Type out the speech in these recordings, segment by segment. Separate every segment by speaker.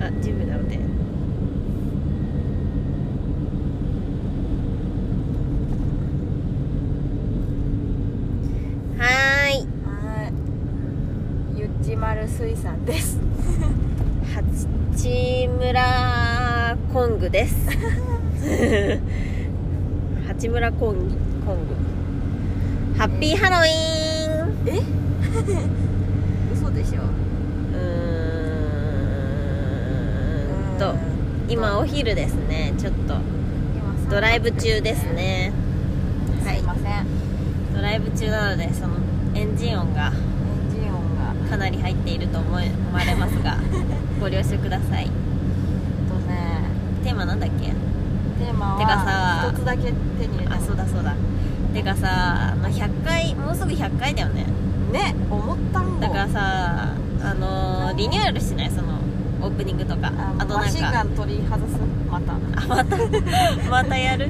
Speaker 1: あジムなのではーい
Speaker 2: いゆっちまる水産です
Speaker 1: 八村コングです 八村コングコングハッピーハロウィーン
Speaker 2: 嘘でしょ
Speaker 1: うーんと今お昼ですねちょっと
Speaker 2: 今
Speaker 1: ドライブ中ですね
Speaker 2: すいませんエ
Speaker 1: ドライブ中なのでそのエンジン音が
Speaker 2: ンジン音が
Speaker 1: かなり入っていると思い思われます がご了承ください
Speaker 2: えっとね
Speaker 1: テーマなんだっけ
Speaker 2: テーマ
Speaker 1: てかさ
Speaker 2: は一つだけ手に入れた
Speaker 1: あそうだそうだてかさ、まあ、100回もうすぐ100回だよね
Speaker 2: ね思ったん
Speaker 1: だからさあのーリニューアルしないそのオープニングとか
Speaker 2: あ
Speaker 1: あとな
Speaker 2: マ
Speaker 1: ん
Speaker 2: シンガ
Speaker 1: か
Speaker 2: ン取り外すまた
Speaker 1: あまたまたやる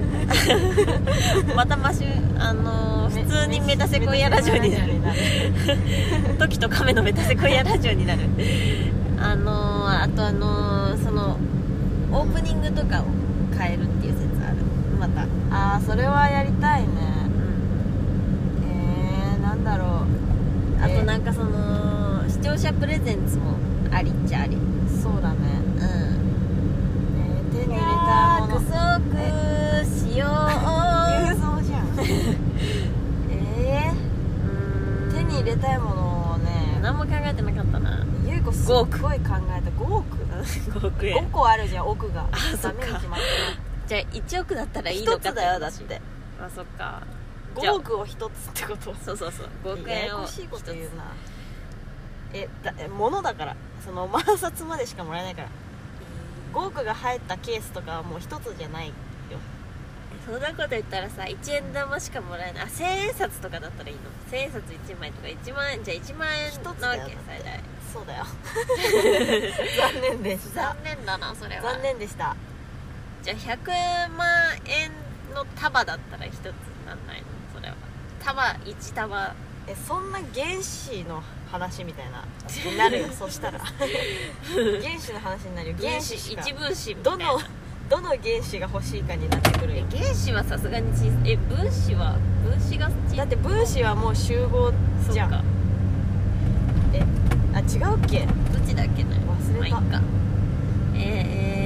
Speaker 1: またマシュあのー普通にメタセコイアラジオになる
Speaker 2: メタセコイアラジオになる
Speaker 1: トキとカメのメタセコイアラジオになるあのーあとあのーそのオープニングとかを変えるっていう説あるまた、
Speaker 2: あーそれはやりたいねえー、なんだろう
Speaker 1: あと
Speaker 2: え
Speaker 1: なんかその視聴者プレゼンツもありっちゃありうん
Speaker 2: ーそうだね、えー、手に入れたもの
Speaker 1: 約束しよ
Speaker 2: 郵
Speaker 1: う
Speaker 2: 送じゃんえー、手に入れたいものをね
Speaker 1: 何も考えてなかったな
Speaker 2: ゆうこすっごい考えた5億
Speaker 1: 5億
Speaker 2: 5
Speaker 1: 円
Speaker 2: 個あるじゃん億が
Speaker 1: あそっか
Speaker 2: ダメに決まって
Speaker 1: じゃあ1億だったら
Speaker 2: る
Speaker 1: いいのか
Speaker 2: 1つだよだって
Speaker 1: あそっかじゃ
Speaker 2: 5
Speaker 1: あ
Speaker 2: 億を1つってこと
Speaker 1: そうそうそう5億
Speaker 2: や
Speaker 1: 円
Speaker 2: や
Speaker 1: を
Speaker 2: こしいこと言うなえだえ物だからその 万札までしかもらえないから5億が入ったケースとかはもう1つじゃないよ
Speaker 1: そんなこと言ったらさ1円玉しかもらえないあ千円札とかだったらいいの千円札1枚とか1万円じゃあ1万円
Speaker 2: 一つ
Speaker 1: なわ
Speaker 2: だよ
Speaker 1: け最大
Speaker 2: そ うだよ残念でした
Speaker 1: 残念だなそれは
Speaker 2: 残念でした
Speaker 1: じゃあ100万円の束だったら1つなんないのそれは束1束
Speaker 2: えそんな原子の話みたいなになる よそしたら原子の話になるよ原
Speaker 1: 原
Speaker 2: 子
Speaker 1: 子
Speaker 2: しか
Speaker 1: 一分子みた
Speaker 2: ど
Speaker 1: いな
Speaker 2: のどの原子が欲しいかになってくる
Speaker 1: え
Speaker 2: よ
Speaker 1: 原子はさすがに小さいえ分子は分子が小さい
Speaker 2: だって分子はもう集合
Speaker 1: そっ
Speaker 2: じゃん
Speaker 1: か
Speaker 2: あ違うっけ
Speaker 1: どっちだっけね
Speaker 2: 忘れ
Speaker 1: ま
Speaker 2: た
Speaker 1: あ、いいか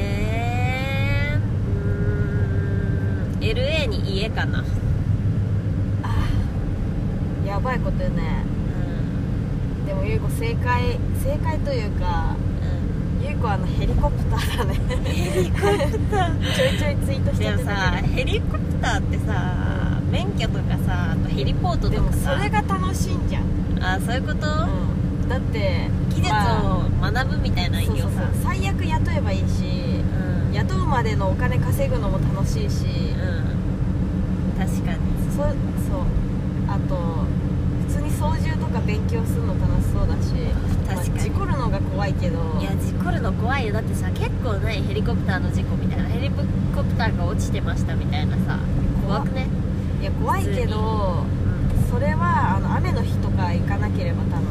Speaker 1: えー、うーん LA に家かな
Speaker 2: あーやばいことよね
Speaker 1: うん
Speaker 2: でもゆうこ正解正解というかゆうこはあのヘリコプターだね ヘリコプターちょいちょいツイートしち
Speaker 1: で
Speaker 2: ゃっ
Speaker 1: も
Speaker 2: て
Speaker 1: さ
Speaker 2: た
Speaker 1: ヘリコプターってさ免許とかさあとヘリポー
Speaker 2: け
Speaker 1: ト
Speaker 2: どで
Speaker 1: と
Speaker 2: も
Speaker 1: か
Speaker 2: そ
Speaker 1: さ
Speaker 2: れが楽しいんじゃん、
Speaker 1: あそういうこと、
Speaker 2: うん、だって
Speaker 1: 技術
Speaker 2: まあ
Speaker 1: を学ぶみたいな
Speaker 2: そう
Speaker 1: 医
Speaker 2: そ
Speaker 1: 療
Speaker 2: うそ
Speaker 1: さ
Speaker 2: う最悪雇えばいいし
Speaker 1: うん
Speaker 2: 雇うまでのお金稼ぐのも楽しい
Speaker 1: う
Speaker 2: し、
Speaker 1: ん確かに
Speaker 2: そそうあと普通に操縦とか勉強するの楽しそうだし
Speaker 1: 確か
Speaker 2: まあ事
Speaker 1: に
Speaker 2: 故るのが怖いけど
Speaker 1: いや事故るの怖いよだってさ結構ないヘリコプターの事故みたいなヘリコプターが落ちてましたみたいなさ怖くね
Speaker 2: いや怖いけど
Speaker 1: う
Speaker 2: それはあの雨の日とか行かなければ多分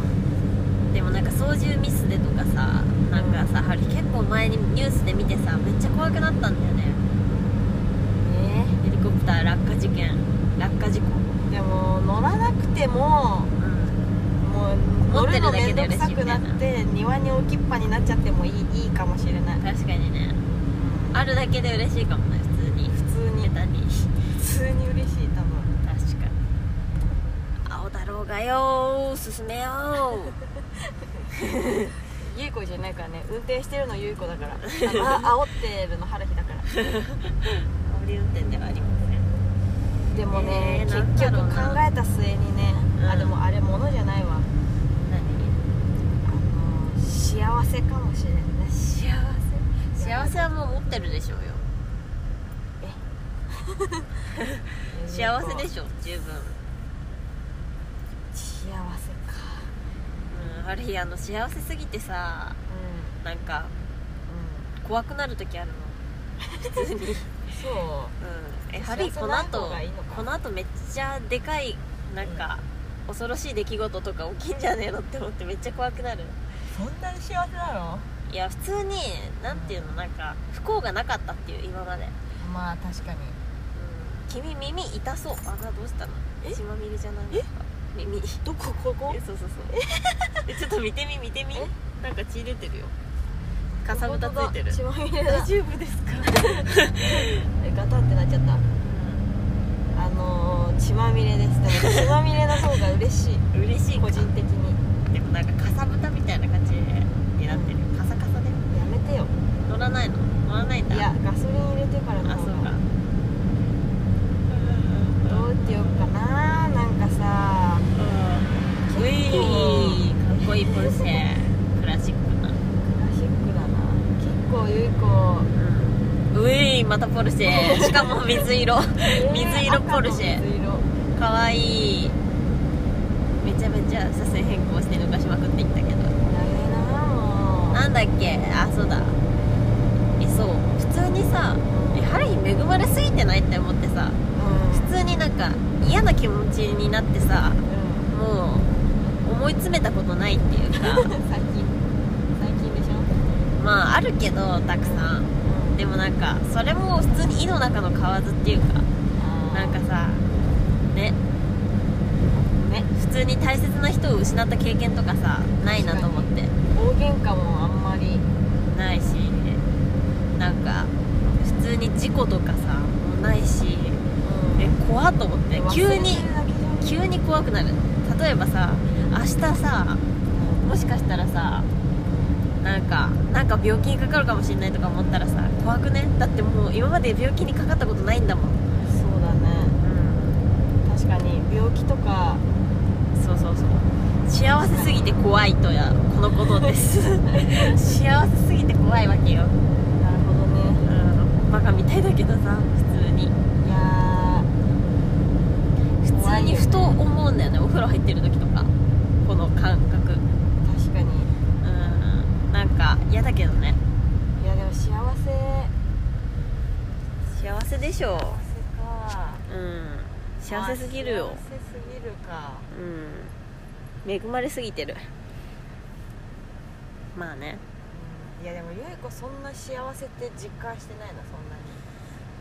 Speaker 1: んでもなんか操縦ミスでとかさなんかさ結構前にニュースで見てさめっちゃ怖くなったんだよね
Speaker 2: ね
Speaker 1: ヘリコプター落下事件落下事故
Speaker 2: でも乗らなくても
Speaker 1: うん
Speaker 2: もう
Speaker 1: 持
Speaker 2: 乗
Speaker 1: って
Speaker 2: る
Speaker 1: る
Speaker 2: の
Speaker 1: だけ
Speaker 2: 面
Speaker 1: で
Speaker 2: 倒
Speaker 1: 嬉し
Speaker 2: く
Speaker 1: い
Speaker 2: さくなって庭に置きっぱになっちゃってもいいいいかもしれない、
Speaker 1: 確かにねあ
Speaker 2: あ
Speaker 1: るだけで嬉しいかもね普通に
Speaker 2: 普通に
Speaker 1: 下手に
Speaker 2: 普通に嬉しい多分
Speaker 1: 確かに青だろうがよー進めよー
Speaker 2: ゆいこじゃないからね運転してるのゆいこ だからあのあ煽ってるの春日だから
Speaker 1: あり運転ではありません
Speaker 2: でも
Speaker 1: え
Speaker 2: ね、
Speaker 1: ーなんだ
Speaker 2: 結
Speaker 1: ろう
Speaker 2: 局
Speaker 1: な
Speaker 2: 考えた末にね、
Speaker 1: う
Speaker 2: あ
Speaker 1: ん
Speaker 2: でもあれ物じゃないわあ
Speaker 1: 何
Speaker 2: の幸せかもしれない
Speaker 1: 幸せ幸せはもう持ってるでしょうよ幸せで
Speaker 2: ょ
Speaker 1: しょ十分
Speaker 2: 幸せか
Speaker 1: うんある日あの幸せすぎてさ
Speaker 2: う
Speaker 1: なんか
Speaker 2: ん
Speaker 1: 怖くなる時あるの普通にうん
Speaker 2: うんそ
Speaker 1: えハ
Speaker 2: 幸
Speaker 1: リー
Speaker 2: せ
Speaker 1: この
Speaker 2: ない方
Speaker 1: 後
Speaker 2: がいいのか
Speaker 1: この後めっちゃでかいなんか、恐ろしい出来事とか起きんじゃねえのって思ってめっちゃ怖くなる
Speaker 2: うそんなに幸せなの
Speaker 1: いや普通になんていうのなんか不幸がなかったっていう今まで、うん、
Speaker 2: まあ確かに
Speaker 1: 君耳痛そうあなどうしたの
Speaker 2: え
Speaker 1: 血まみれじゃないですか耳
Speaker 2: どこここ
Speaker 1: えそうそうそう えちょっと見てみ見てみなんか血出てるよかさぶたついてる
Speaker 2: 血まみれだ
Speaker 1: 大丈夫ですか
Speaker 2: え ガタってなっちゃったあのー、血まみれですでも血まみれの方が嬉しい
Speaker 1: 嬉しい
Speaker 2: 個
Speaker 1: 個
Speaker 2: 人
Speaker 1: 人
Speaker 2: 的に
Speaker 1: でもなんかかさぶたみたいな感じになってるカサカサで
Speaker 2: やめてよ
Speaker 1: 乗らないの乗らないんだ
Speaker 2: いやガソリン入れてからの
Speaker 1: あそ
Speaker 2: 方
Speaker 1: う
Speaker 2: が
Speaker 1: か
Speaker 2: どうってよっかななんかさ結
Speaker 1: う
Speaker 2: 構
Speaker 1: いかっこいいポルシェクラシックな
Speaker 2: クラシックだな結構ゆい子
Speaker 1: ういまたポルシェしかも水 色水色ポルシェ
Speaker 2: 赤の水色
Speaker 1: かわいいめちゃめちゃ車線変更して抜かしまくっていったけど
Speaker 2: ダメだなもう
Speaker 1: なんだっけあそうだえそう普通にさえハリー恵まれすぎてないって思ってさ普通になんか嫌な気持ちになってさ
Speaker 2: う
Speaker 1: もう思い詰めたことないっていうか
Speaker 2: ん、うん、最近最近でしょ、
Speaker 1: まああるけどたくさんでもなんかそれも普通に井の中の蛙っていうか
Speaker 2: あー
Speaker 1: なんかさねね普通に大切な人を失った経験とかさないなと思って
Speaker 2: 大喧嘩もあんまり
Speaker 1: ないしなんか普通に事故とかさもうないしえ怖っと思って急に急に怖くなる例えばさ明日さもしかしたらさなんかなんか病気にかかるかもしれないとか思ったらさ怖くねだってもう今まで病気にかかったことないんだもん、
Speaker 2: そうだね確かに病気とか
Speaker 1: そうそうそう幸せすぎて怖いとやこのことです 幸せすぎて怖いわけよ、
Speaker 2: なるほどね
Speaker 1: うん、バカみたいだけどさ普通に
Speaker 2: いや
Speaker 1: 普通
Speaker 2: 怖いよね
Speaker 1: にふと思うんだよねお風呂入ってる時とかこの感覚うん
Speaker 2: ー確かに
Speaker 1: なんか嫌だけどね
Speaker 2: いやでも幸せ幸
Speaker 1: 幸せ
Speaker 2: せ
Speaker 1: でしょ
Speaker 2: か
Speaker 1: うん幸せすぎるよ
Speaker 2: 幸せすぎるか
Speaker 1: うん恵まれすぎてるまあね
Speaker 2: うんいやでもゆい子そんな幸せって実感してないなそんなに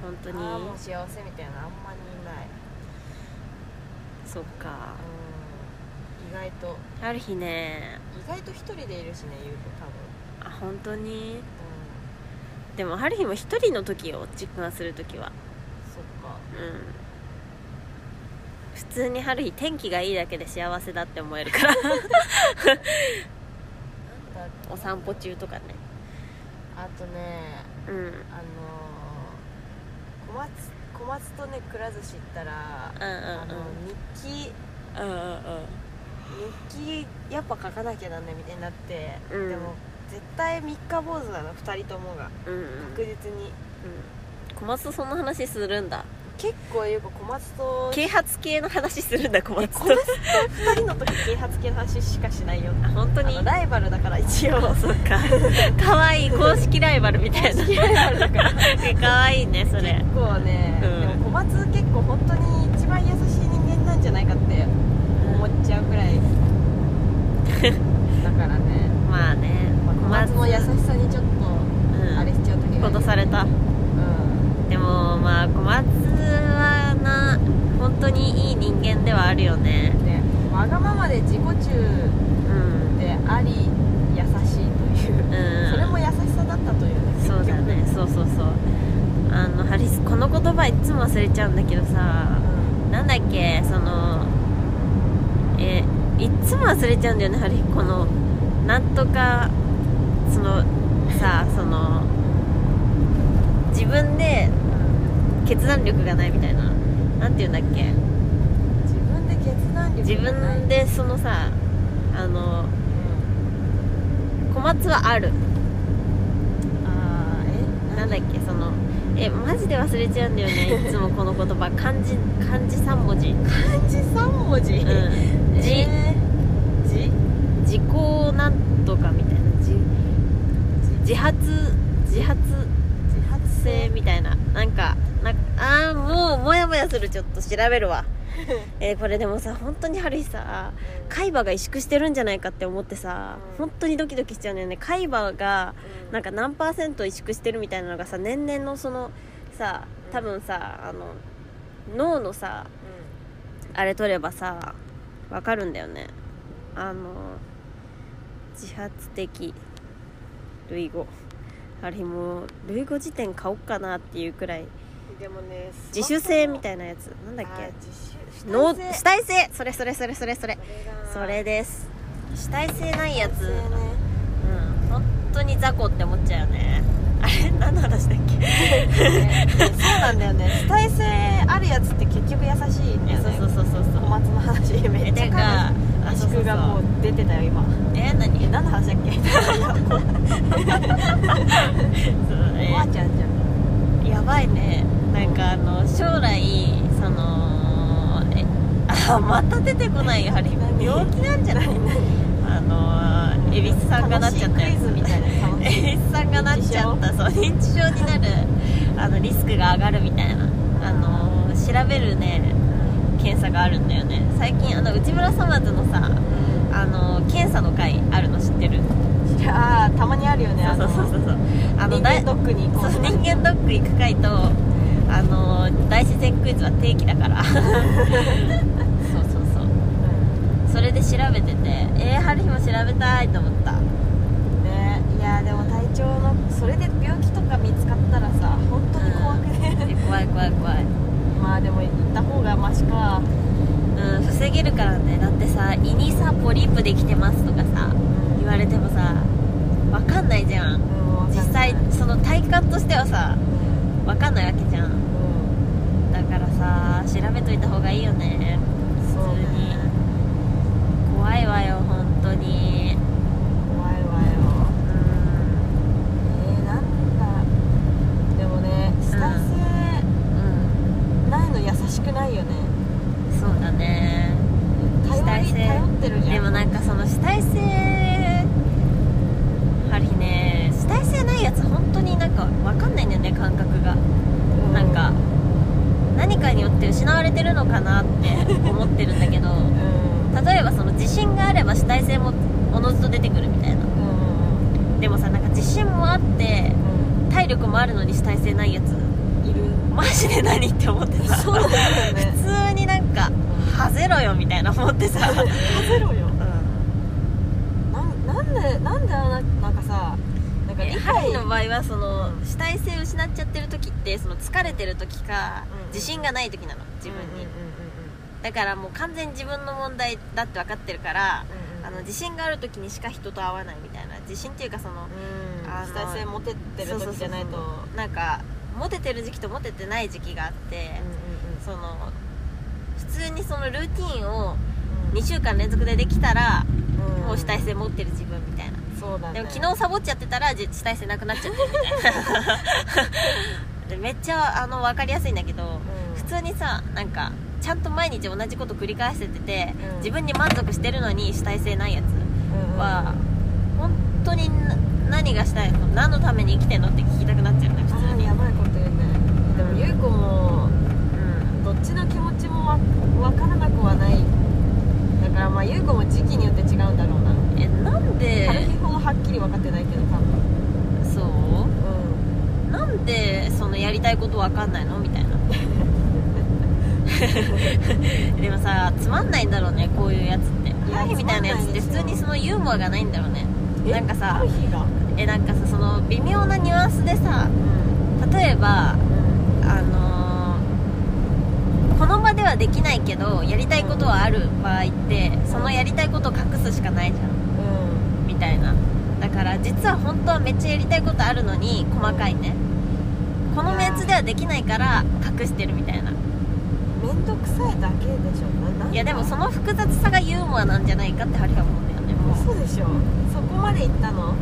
Speaker 1: 本当
Speaker 2: ああも
Speaker 1: に
Speaker 2: う幸せみたいなあんまりない、
Speaker 1: そっか
Speaker 2: うん、意外と
Speaker 1: ある日ね
Speaker 2: 意外と一人でいるしねゆう子多分、
Speaker 1: あ本当にでもある日も一人の時を実感する時は
Speaker 2: うん、そっか
Speaker 1: うん普通に春日天気がいいだけで幸せだって思えるから
Speaker 2: なんだ
Speaker 1: お散歩中とかね
Speaker 2: あとね
Speaker 1: うん
Speaker 2: あのー、小松小松とねくら寿司行ったら、
Speaker 1: うんうん
Speaker 2: あの日記
Speaker 1: うんうんうん
Speaker 2: 日記やっぱ書かなきゃなんねみたいになって、
Speaker 1: うん
Speaker 2: でも絶対三日坊主なの2人ともが
Speaker 1: うんうん
Speaker 2: 確実に、
Speaker 1: 小松とそんな話するんだ
Speaker 2: 結構ゆう子小松と
Speaker 1: 啓発系の話するんだ小松と
Speaker 2: 小松と2人の時啓発系の話しかしないよ
Speaker 1: あ本当
Speaker 2: あ
Speaker 1: に
Speaker 2: のライバルだから一応
Speaker 1: あそっかかわいい公式ライバルみたいな
Speaker 2: 公式ライバルだか
Speaker 1: かわいいねそれ
Speaker 2: 結構ね、
Speaker 1: うん
Speaker 2: でも小松結構本当に一番優しい人間なんじゃないかって思っちゃうく らいだからね、
Speaker 1: まあね
Speaker 2: まあ小松の優し
Speaker 1: い、
Speaker 2: さにちょっ
Speaker 1: う
Speaker 2: と
Speaker 1: ん、
Speaker 2: あれしちゃう時があ
Speaker 1: こと
Speaker 2: る
Speaker 1: された
Speaker 2: うん
Speaker 1: でもまあ小松はな本当にいい人間ではあるよね
Speaker 2: ねわがままで自己中
Speaker 1: うん
Speaker 2: であり優しいという、
Speaker 1: うん
Speaker 2: それも優しさだったというね
Speaker 1: そうだねそうそうそうあのハリスこの言葉いつも忘れちゃうんだけどさなんだっけそのえいっつも忘れちゃうんだよねハリこのなんとかそのさその自分で決断力がないみたいななんて言うんだっけ
Speaker 2: 自分で決断力
Speaker 1: 自
Speaker 2: がない
Speaker 1: 分、でそのさあの小松はある
Speaker 2: うん、ああえ
Speaker 1: なんだっけそのえマジで忘れちゃうんだよねいつもこの言葉漢字漢字3文字、うん、
Speaker 2: 漢字三文字、
Speaker 1: じ、
Speaker 2: えーじ
Speaker 1: 時効なんとかみたいなじ自発自発
Speaker 2: 自発
Speaker 1: 性
Speaker 2: 性
Speaker 1: みたいななんかなんかああもうモヤモヤするちょっと調べるわえーこれでもさ本当にハリーさ海馬が萎縮してるんじゃないかって思ってさ
Speaker 2: うん
Speaker 1: 本当にドキドキしちゃうんだよね海馬が
Speaker 2: うん
Speaker 1: なんか何パーセント萎縮してるみたいなのがさ年々のそのさ多分さあの脳のさあれ取ればさわかるんだよねあの自発的類語あれもう類語辞典買おっかなっていうくらい
Speaker 2: うんでもね
Speaker 1: 自主性みた
Speaker 2: い
Speaker 1: いなやつなんだっけ
Speaker 2: 自主
Speaker 1: の
Speaker 2: 主体
Speaker 1: 主
Speaker 2: 性
Speaker 1: 体性それそれそれそれそれ
Speaker 2: これが
Speaker 1: それです主体性ないやつ
Speaker 2: 主体性ね
Speaker 1: うん本当に雑魚って思っちゃうよねあれ何の話だっけ
Speaker 2: そうなんだよね主体性あるやつって結局優しいんだよ
Speaker 1: そう
Speaker 2: ね
Speaker 1: そうそうそう
Speaker 2: 小松の話め
Speaker 1: え
Speaker 2: っちゃ
Speaker 1: てかあ
Speaker 2: 圧
Speaker 1: そうそう
Speaker 2: 縮
Speaker 1: そ
Speaker 2: がもう
Speaker 1: う
Speaker 2: 出てたよ今
Speaker 1: え何
Speaker 2: え何の話だっけ
Speaker 1: そう
Speaker 2: お
Speaker 1: ね
Speaker 2: ばあちゃんじゃん
Speaker 1: やばいねなんかあの将来そのえあまた出てこないよハリー
Speaker 2: 何
Speaker 1: 病気なんじゃないあの恵比寿さんがなっちゃった
Speaker 2: 楽しいクイズみ たいな楽しい
Speaker 1: 恵比寿さんがなっちゃったそう認知症になるあのリスクが上がるみたいなあの調べるね検査があるんだよね最近あの内村さまずのさあの検査の会あるの知ってる
Speaker 2: ああたまにあるよねあ
Speaker 1: そ
Speaker 2: の
Speaker 1: うそうそうそうあの
Speaker 2: 人間ドックに行こ
Speaker 1: そうう人間ドック行く回とあの大自然クイズは定期だからそうそうそうそれで調べててえー、春日も調べたいと思った
Speaker 2: ねいやでも体調のそれで病気とか見つかったらさ本当に怖くね
Speaker 1: え怖い怖い怖い
Speaker 2: まあでも行った方がマシか
Speaker 1: うん防げるからねだってさ胃にさポリープできてますとかさ言われてもさわかんないじゃん
Speaker 2: うん
Speaker 1: 実際
Speaker 2: うん
Speaker 1: その体感としてはさわかんないわけじゃんだからさ調べといた方がいいよね
Speaker 2: そ
Speaker 1: 普
Speaker 2: う
Speaker 1: 通に
Speaker 2: ね
Speaker 1: 怖いわよ本当に
Speaker 2: 怖いわよ
Speaker 1: う
Speaker 2: えー、なんだでもねスタイ
Speaker 1: ん
Speaker 2: 性
Speaker 1: うん
Speaker 2: ないの優しくないよね
Speaker 1: そうだね主
Speaker 2: 頼
Speaker 1: 体
Speaker 2: り
Speaker 1: 性
Speaker 2: 頼ってるじゃん
Speaker 1: でもなんかその主体性ハリーね主体性ないやつ本当になんか分かんないんだよね感覚が
Speaker 2: う
Speaker 1: なんか何かによって失われてるのかなって思ってるんだけ ど
Speaker 2: うん
Speaker 1: 例えばその自信があれば主体性もおのずと出てくるみたいな
Speaker 2: うん
Speaker 1: でもさなんか自信もあって体力もあるのに主体性ないやつ
Speaker 2: うんいる
Speaker 1: マジで何って思ってさ
Speaker 2: そうだよね
Speaker 1: 普通になんか「はぜろよ」みたいな思って さ、
Speaker 2: 外せろよ
Speaker 1: うん
Speaker 2: なんなんでなんであんななんかさなんか
Speaker 1: え
Speaker 2: 理
Speaker 1: ハリ
Speaker 2: 解
Speaker 1: ーの場合はその
Speaker 2: うん
Speaker 1: 主体性を失っちゃってる時ってその疲れてる時か、
Speaker 2: うん
Speaker 1: 自信がない時なの自分に、
Speaker 2: うん
Speaker 1: だからもう完全に自分の問題だって分かってるから、
Speaker 2: うんうん
Speaker 1: あ
Speaker 2: うんうん
Speaker 1: の自信がある時にしか人と会わないみたいな自信っていうかその、
Speaker 2: うん
Speaker 1: あの
Speaker 2: 主体性持てってる時じゃないと
Speaker 1: そうそうそうそうなんかモテてる時期とモテてない時期があって、その普通にそのルーティンを2週間連続でできたら、もう主体性持ってる自分みたいな
Speaker 2: そうだね
Speaker 1: でも昨日サボっちゃってたらじ主体性なくなっちゃってるみたいな でめっちゃあの分かりやすいんだけど
Speaker 2: うん
Speaker 1: 普通にさなんかちゃんと毎日同じこと繰り返してて、
Speaker 2: うん
Speaker 1: 自分に満足してるのに主体性ないやつ
Speaker 2: うんうん
Speaker 1: は本当にな何がしたいの何のために生きてんのって聞きたくなっちゃうね
Speaker 2: あ
Speaker 1: 普通
Speaker 2: ー
Speaker 1: に
Speaker 2: やばいこと言うねでもゆう子も
Speaker 1: うん
Speaker 2: どっちの気持ちもわ分からなくはないだからまあ優子も時期によって違うんだろうな
Speaker 1: えなんで
Speaker 2: 春日ほどはっきり分かってないけど多分
Speaker 1: そ
Speaker 2: うん
Speaker 1: うなんでそのやりたいことわかんないのみたいな でもさつまんないんだろうねこういうやつって
Speaker 2: や
Speaker 1: ハリーみたいなやつって
Speaker 2: つ
Speaker 1: 普通
Speaker 2: まんないで
Speaker 1: に
Speaker 2: すよ
Speaker 1: そのユーモアがないんだろうね
Speaker 2: え
Speaker 1: なんかさ
Speaker 2: 春日が
Speaker 1: えなんかさその微妙なニュアンスでさ
Speaker 2: うん
Speaker 1: 例えば
Speaker 2: うん
Speaker 1: あのーこの場ではできないけどやりたいことはある場合ってそのやりたいことを隠すしかないじゃんみたいなだから実は本当はめっちゃやりたいことあるのに細かいねこのメンツではできないから隠してるみたいな
Speaker 2: うん面倒くさいだけでしょななん
Speaker 1: いやでもその複雑さがユーモアなんじゃないかってハリは思うんだよねもう
Speaker 2: 嘘でしょそこまで行ったの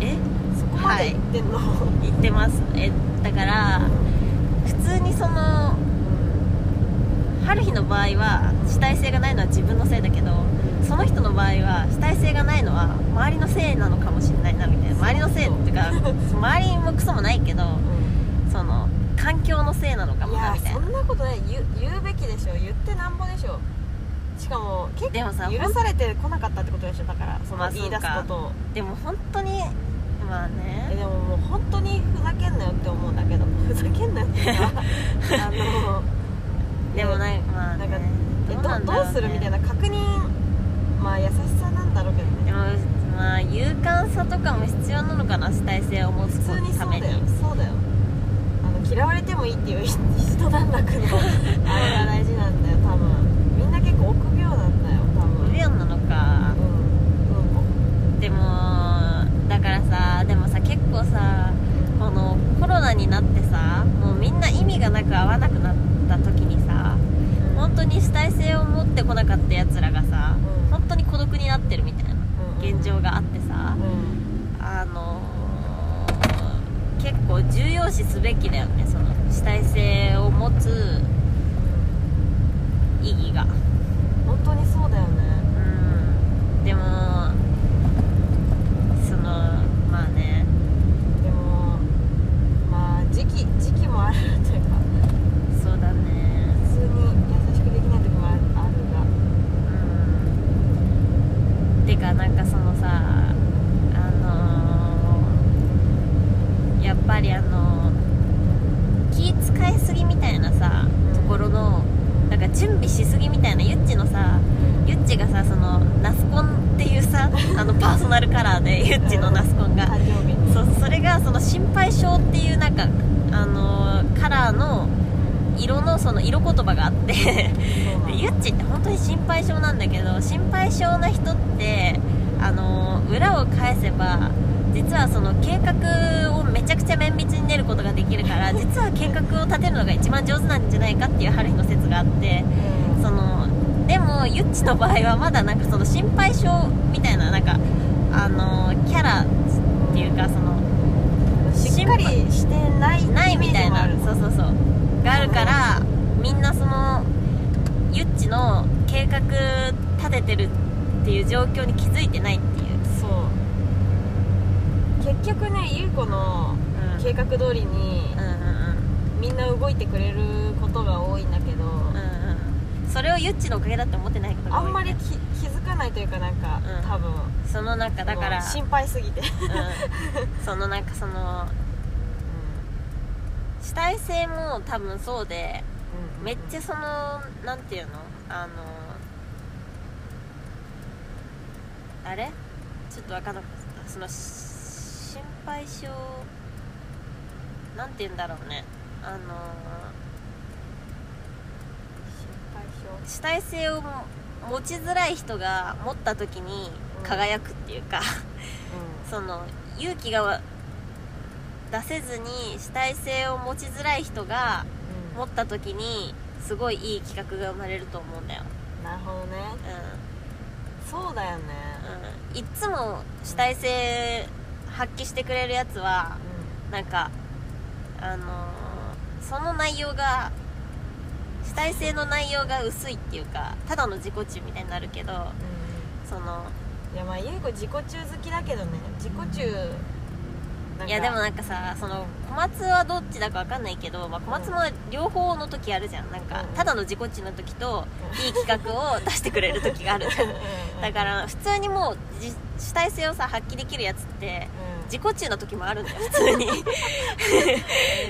Speaker 1: え
Speaker 2: そこまで行ってんの、
Speaker 1: 言ってますえだから普通にその春日の場合は主体性がないのは自分のせいだけどその人の場合は主体性がないのは周 りのせいなのかもしれないなみたいな周りのせいっていうか周りもクソもないけど
Speaker 2: うん
Speaker 1: その環境のせいなのか
Speaker 2: い
Speaker 1: もな
Speaker 2: や
Speaker 1: みたい
Speaker 2: そ
Speaker 1: なん
Speaker 2: なことね言う言うべきでしょ言ってなんぼでしょしかも結
Speaker 1: でもさ
Speaker 2: 構許されてこなかったってことでしょだからそ
Speaker 1: ま
Speaker 2: の
Speaker 1: あ
Speaker 2: 言い出すことを
Speaker 1: でも本当にまあね
Speaker 2: えでももう本当にふざけんなよって思うんだけど ふざけんなよっていう かあの
Speaker 1: でもないまあね
Speaker 2: なんかえ
Speaker 1: ど
Speaker 2: ど
Speaker 1: うなんだ
Speaker 2: ど
Speaker 1: ろ
Speaker 2: うするみた
Speaker 1: ね
Speaker 2: いな確認まあ優しさなんだろうけど
Speaker 1: で
Speaker 2: ね
Speaker 1: もまあ勇敢さとかも必要なのかな主体性を持
Speaker 2: 普
Speaker 1: つ
Speaker 2: 通にそ
Speaker 1: た
Speaker 2: う
Speaker 1: めに
Speaker 2: だよそうだよあの嫌われてもいいっていう人段落のあれが大事なんだよ多分みんな結構臆病なんだよ多分
Speaker 1: 不良なのか
Speaker 2: うん
Speaker 1: でもだからさでもさ結構さこのコロナになってさもうみんな意味がなく合わなくなった時にさ
Speaker 2: うん
Speaker 1: 本当に主体性を持ってこなかったやつらがさ
Speaker 2: うん
Speaker 1: 本当に孤独になってるみたいな現状があってさ
Speaker 2: うん
Speaker 1: あのー結構重要視すべきだよねその主体性を持つ意義が
Speaker 2: 本当にそうだよね
Speaker 1: うんでもそのまあね
Speaker 2: でもまあ時期時期もあるというか
Speaker 1: そうだね
Speaker 2: 普通に優しくできない時もあるあるが
Speaker 1: うんてかなんかそのさあのーやっぱりあの気使いすぎみたいなさところのなんか準備しすぎみたいなゆっちのさゆっちがさそのナスコンっていうさあのパーソナルカラーでゆっちのナスコンが
Speaker 2: 誕生日
Speaker 1: そうそれがその心配性っていうなんかあのーカラーの色のその色言葉があって
Speaker 2: そうなんだ
Speaker 1: でゆっちって本当に心配性なんだけど心配性な人ってあの裏を返せば実はその計画をめちゃくちゃ綿密に練ることができるから実は計画を立てるのが一番上手なんじゃないかっていう春日の説があって
Speaker 2: うん
Speaker 1: そのでもゆっちの場合はまだなんかその心配性みたいななんかあのキャラっていうかその
Speaker 2: しっかりしてない
Speaker 1: ないみたいな
Speaker 2: イメージも
Speaker 1: そうそうそうがあるからみんなそのゆっちの計画立ててるっていう状況に気づいてないっていう、
Speaker 2: あるそう結局ねゆう子の
Speaker 1: うん、
Speaker 2: 計画通りに
Speaker 1: うんうん
Speaker 2: みんな動いてくれることが多いんだけど
Speaker 1: うんうんうんそれをゆっちのおかげだって思ってないことが
Speaker 2: あ
Speaker 1: 多い
Speaker 2: んまり
Speaker 1: ね
Speaker 2: き気づかないというかなん
Speaker 1: う
Speaker 2: か
Speaker 1: ん
Speaker 2: 多分
Speaker 1: そのなんかだから、
Speaker 2: その心配すぎて
Speaker 1: うん、そのなんかその主体性も多分そうでめっち
Speaker 2: ゃ
Speaker 1: ゃそのなんていうのあのあれちょっと分かんなかったそのし心配性なんて言うんだろうねあの
Speaker 2: 心配性
Speaker 1: 主体性をも持ちづらい人が持った時に輝くっていうか、 その勇気が出せずに主体性を持ちづらい人が
Speaker 2: うん
Speaker 1: 持った時にすごいいい企画が生まれると思うんだよ、
Speaker 2: なるほどね
Speaker 1: うん、
Speaker 2: そうだよね
Speaker 1: うんいっつも主体性発揮してくれるやつはなんかあのーその内容が主体性の内容が薄いっていうかただの自己中みたいになるけど
Speaker 2: う
Speaker 1: その
Speaker 2: んいやまあゆう子自己中好きだけどね自己中なんか
Speaker 1: いやでもなんかさその小松はどっちだかわかんないけど、まあ、小松も両方の時あるじゃんなんか
Speaker 2: うん
Speaker 1: ただの自己中の時といい企画を出してくれる時があるじゃ んだからら普通にもうじ主体性をさ発揮できるやつって自
Speaker 2: 自
Speaker 1: 己中の時もあるんだよ普通に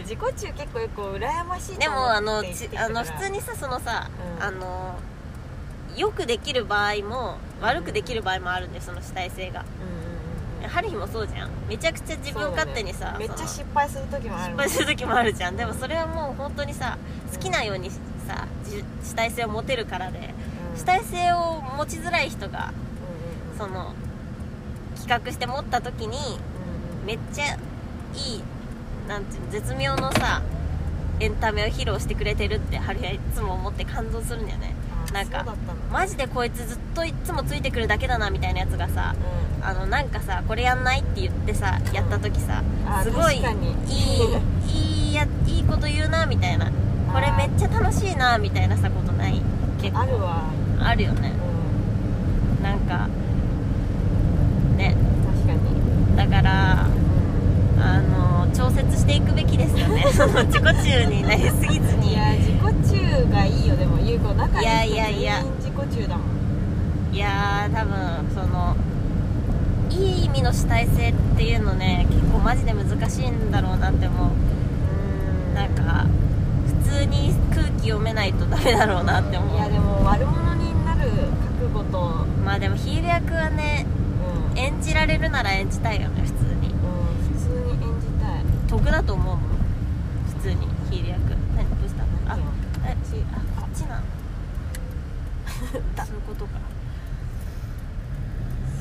Speaker 2: 自己中結構よく羨ましい
Speaker 1: で
Speaker 2: と思
Speaker 1: もあの
Speaker 2: って言って
Speaker 1: ち
Speaker 2: き
Speaker 1: あ
Speaker 2: たから
Speaker 1: の普通にさそのさ、
Speaker 2: うん
Speaker 1: あのよくできる場合も悪くできる場合もあるんだよその主体性が
Speaker 2: うんうんうん
Speaker 1: 春日もそうじゃんめちゃくちゃ自分勝手にさ、
Speaker 2: そうだねめっちゃ
Speaker 1: そ
Speaker 2: 失敗する時もある
Speaker 1: の失敗する時もあるじゃんでもそれはもう本当にさ好きなようにさじ主体性を持てるからで
Speaker 2: うん
Speaker 1: 主体性を持ちづらい人が
Speaker 2: うんうん
Speaker 1: その企画して持った時に
Speaker 2: うん
Speaker 1: めっちゃいいなんていうの絶妙のさエンタメを披露してくれてるって春日はいつも思って感動するんだよね
Speaker 2: あ
Speaker 1: なんか
Speaker 2: そうだったの
Speaker 1: マジでこいつずっといつもついてくるだけだなみたいなやつがさあのなんかさこれやんないって言ってさやった時さ
Speaker 2: うんあ
Speaker 1: すごいい
Speaker 2: 確かに
Speaker 1: いいいやいいこと言うなみたいなこれめっちゃ楽しいなみたいなさことない結構
Speaker 2: あるわ、
Speaker 1: あるよね
Speaker 2: うん、
Speaker 1: なんかね
Speaker 2: 確かに、
Speaker 1: だから
Speaker 2: うん
Speaker 1: あの調節発していくべきですよ ねその自己中になりすぎず
Speaker 2: い
Speaker 1: に
Speaker 2: や自己中がいいよでも優子仲いい
Speaker 1: いや
Speaker 2: 人
Speaker 1: いやいや
Speaker 2: 全員自己中だもん
Speaker 1: いやー多分そのいい意味の主体性っていうのね結構マジで難しいんだろうなって思う
Speaker 2: うん
Speaker 1: なんか普通に空気読めないとダメだろうなって思
Speaker 2: いや
Speaker 1: う
Speaker 2: でも悪者になる覚悟と
Speaker 1: まあでもヒール役はね
Speaker 2: うん、
Speaker 1: 演じられるなら演じたいよね普通に
Speaker 2: うん、普通に演じたい
Speaker 1: 得だと思うもん普通にヒール役何どうしたあえ
Speaker 2: ち
Speaker 1: あこっちなの そういうことか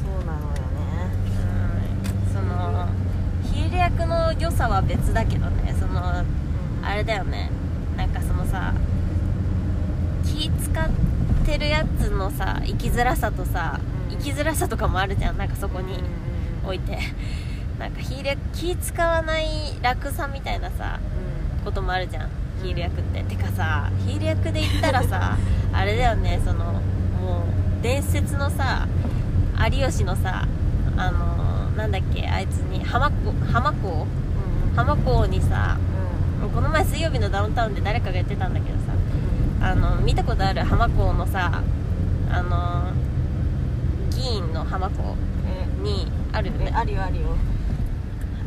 Speaker 2: そうなのよね
Speaker 1: うんそのヒール役の良さは別だけどねそのあ
Speaker 2: あれ
Speaker 1: れだよねなんかそのさ気使ってるやつのさ生きづらさとさ、
Speaker 2: うん
Speaker 1: 生きづらさとかもあるじゃんなんかそこに
Speaker 2: お
Speaker 1: 置
Speaker 2: い
Speaker 1: いてなんかヒール気使わない楽さみたいなさこともあるじゃんヒール役っててかさヒール役で言ったら さあれだよねそのもう伝説のさ有吉のさあのなんだっけあいつに浜子浜子浜子にさこの前水曜日のダウンタウンで誰かが言ってたんだけどさあの見たことある浜子のさあの議員の浜子にあるよね
Speaker 2: えあるよあるよ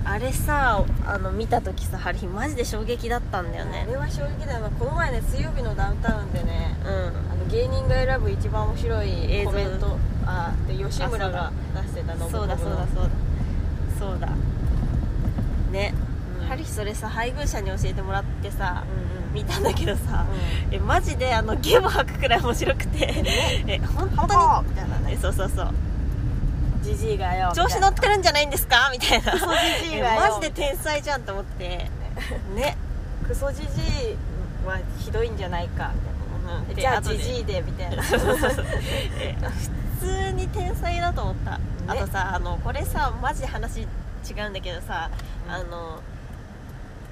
Speaker 1: あれさあの見た時さハリーマジで衝撃だったんだよ
Speaker 2: あ
Speaker 1: ね
Speaker 2: れは衝撃だよこの前ね水曜日のダウンタウンでね
Speaker 1: うん
Speaker 2: あの芸人が選ぶ一番面白いコメン
Speaker 1: 映像
Speaker 2: トあで吉村が出してたの
Speaker 1: そうだそうだそうだそうだね、
Speaker 2: うん
Speaker 1: ハリーそれさ配偶者に教えてもらってさ
Speaker 2: うんうん
Speaker 1: 見たんだけどさ、
Speaker 2: う
Speaker 1: えマジであのゲボ吐くくらい面白くて、え本当に
Speaker 2: ハボーみたいな
Speaker 1: えそうそうそう
Speaker 2: じじいがよ
Speaker 1: 調子乗ってるんじゃないんですかみたいな
Speaker 2: そうじじい
Speaker 1: え
Speaker 2: がよ
Speaker 1: マジで天才じゃんと思ってね
Speaker 2: クソじじいはひどいんじゃないかみたい
Speaker 1: で
Speaker 2: な じゃあ
Speaker 1: 後で
Speaker 2: じじいでみた いな
Speaker 1: え普通に天才だと思った、あとさあのこれさマジで話違うんだけどさ、
Speaker 2: うん
Speaker 1: あの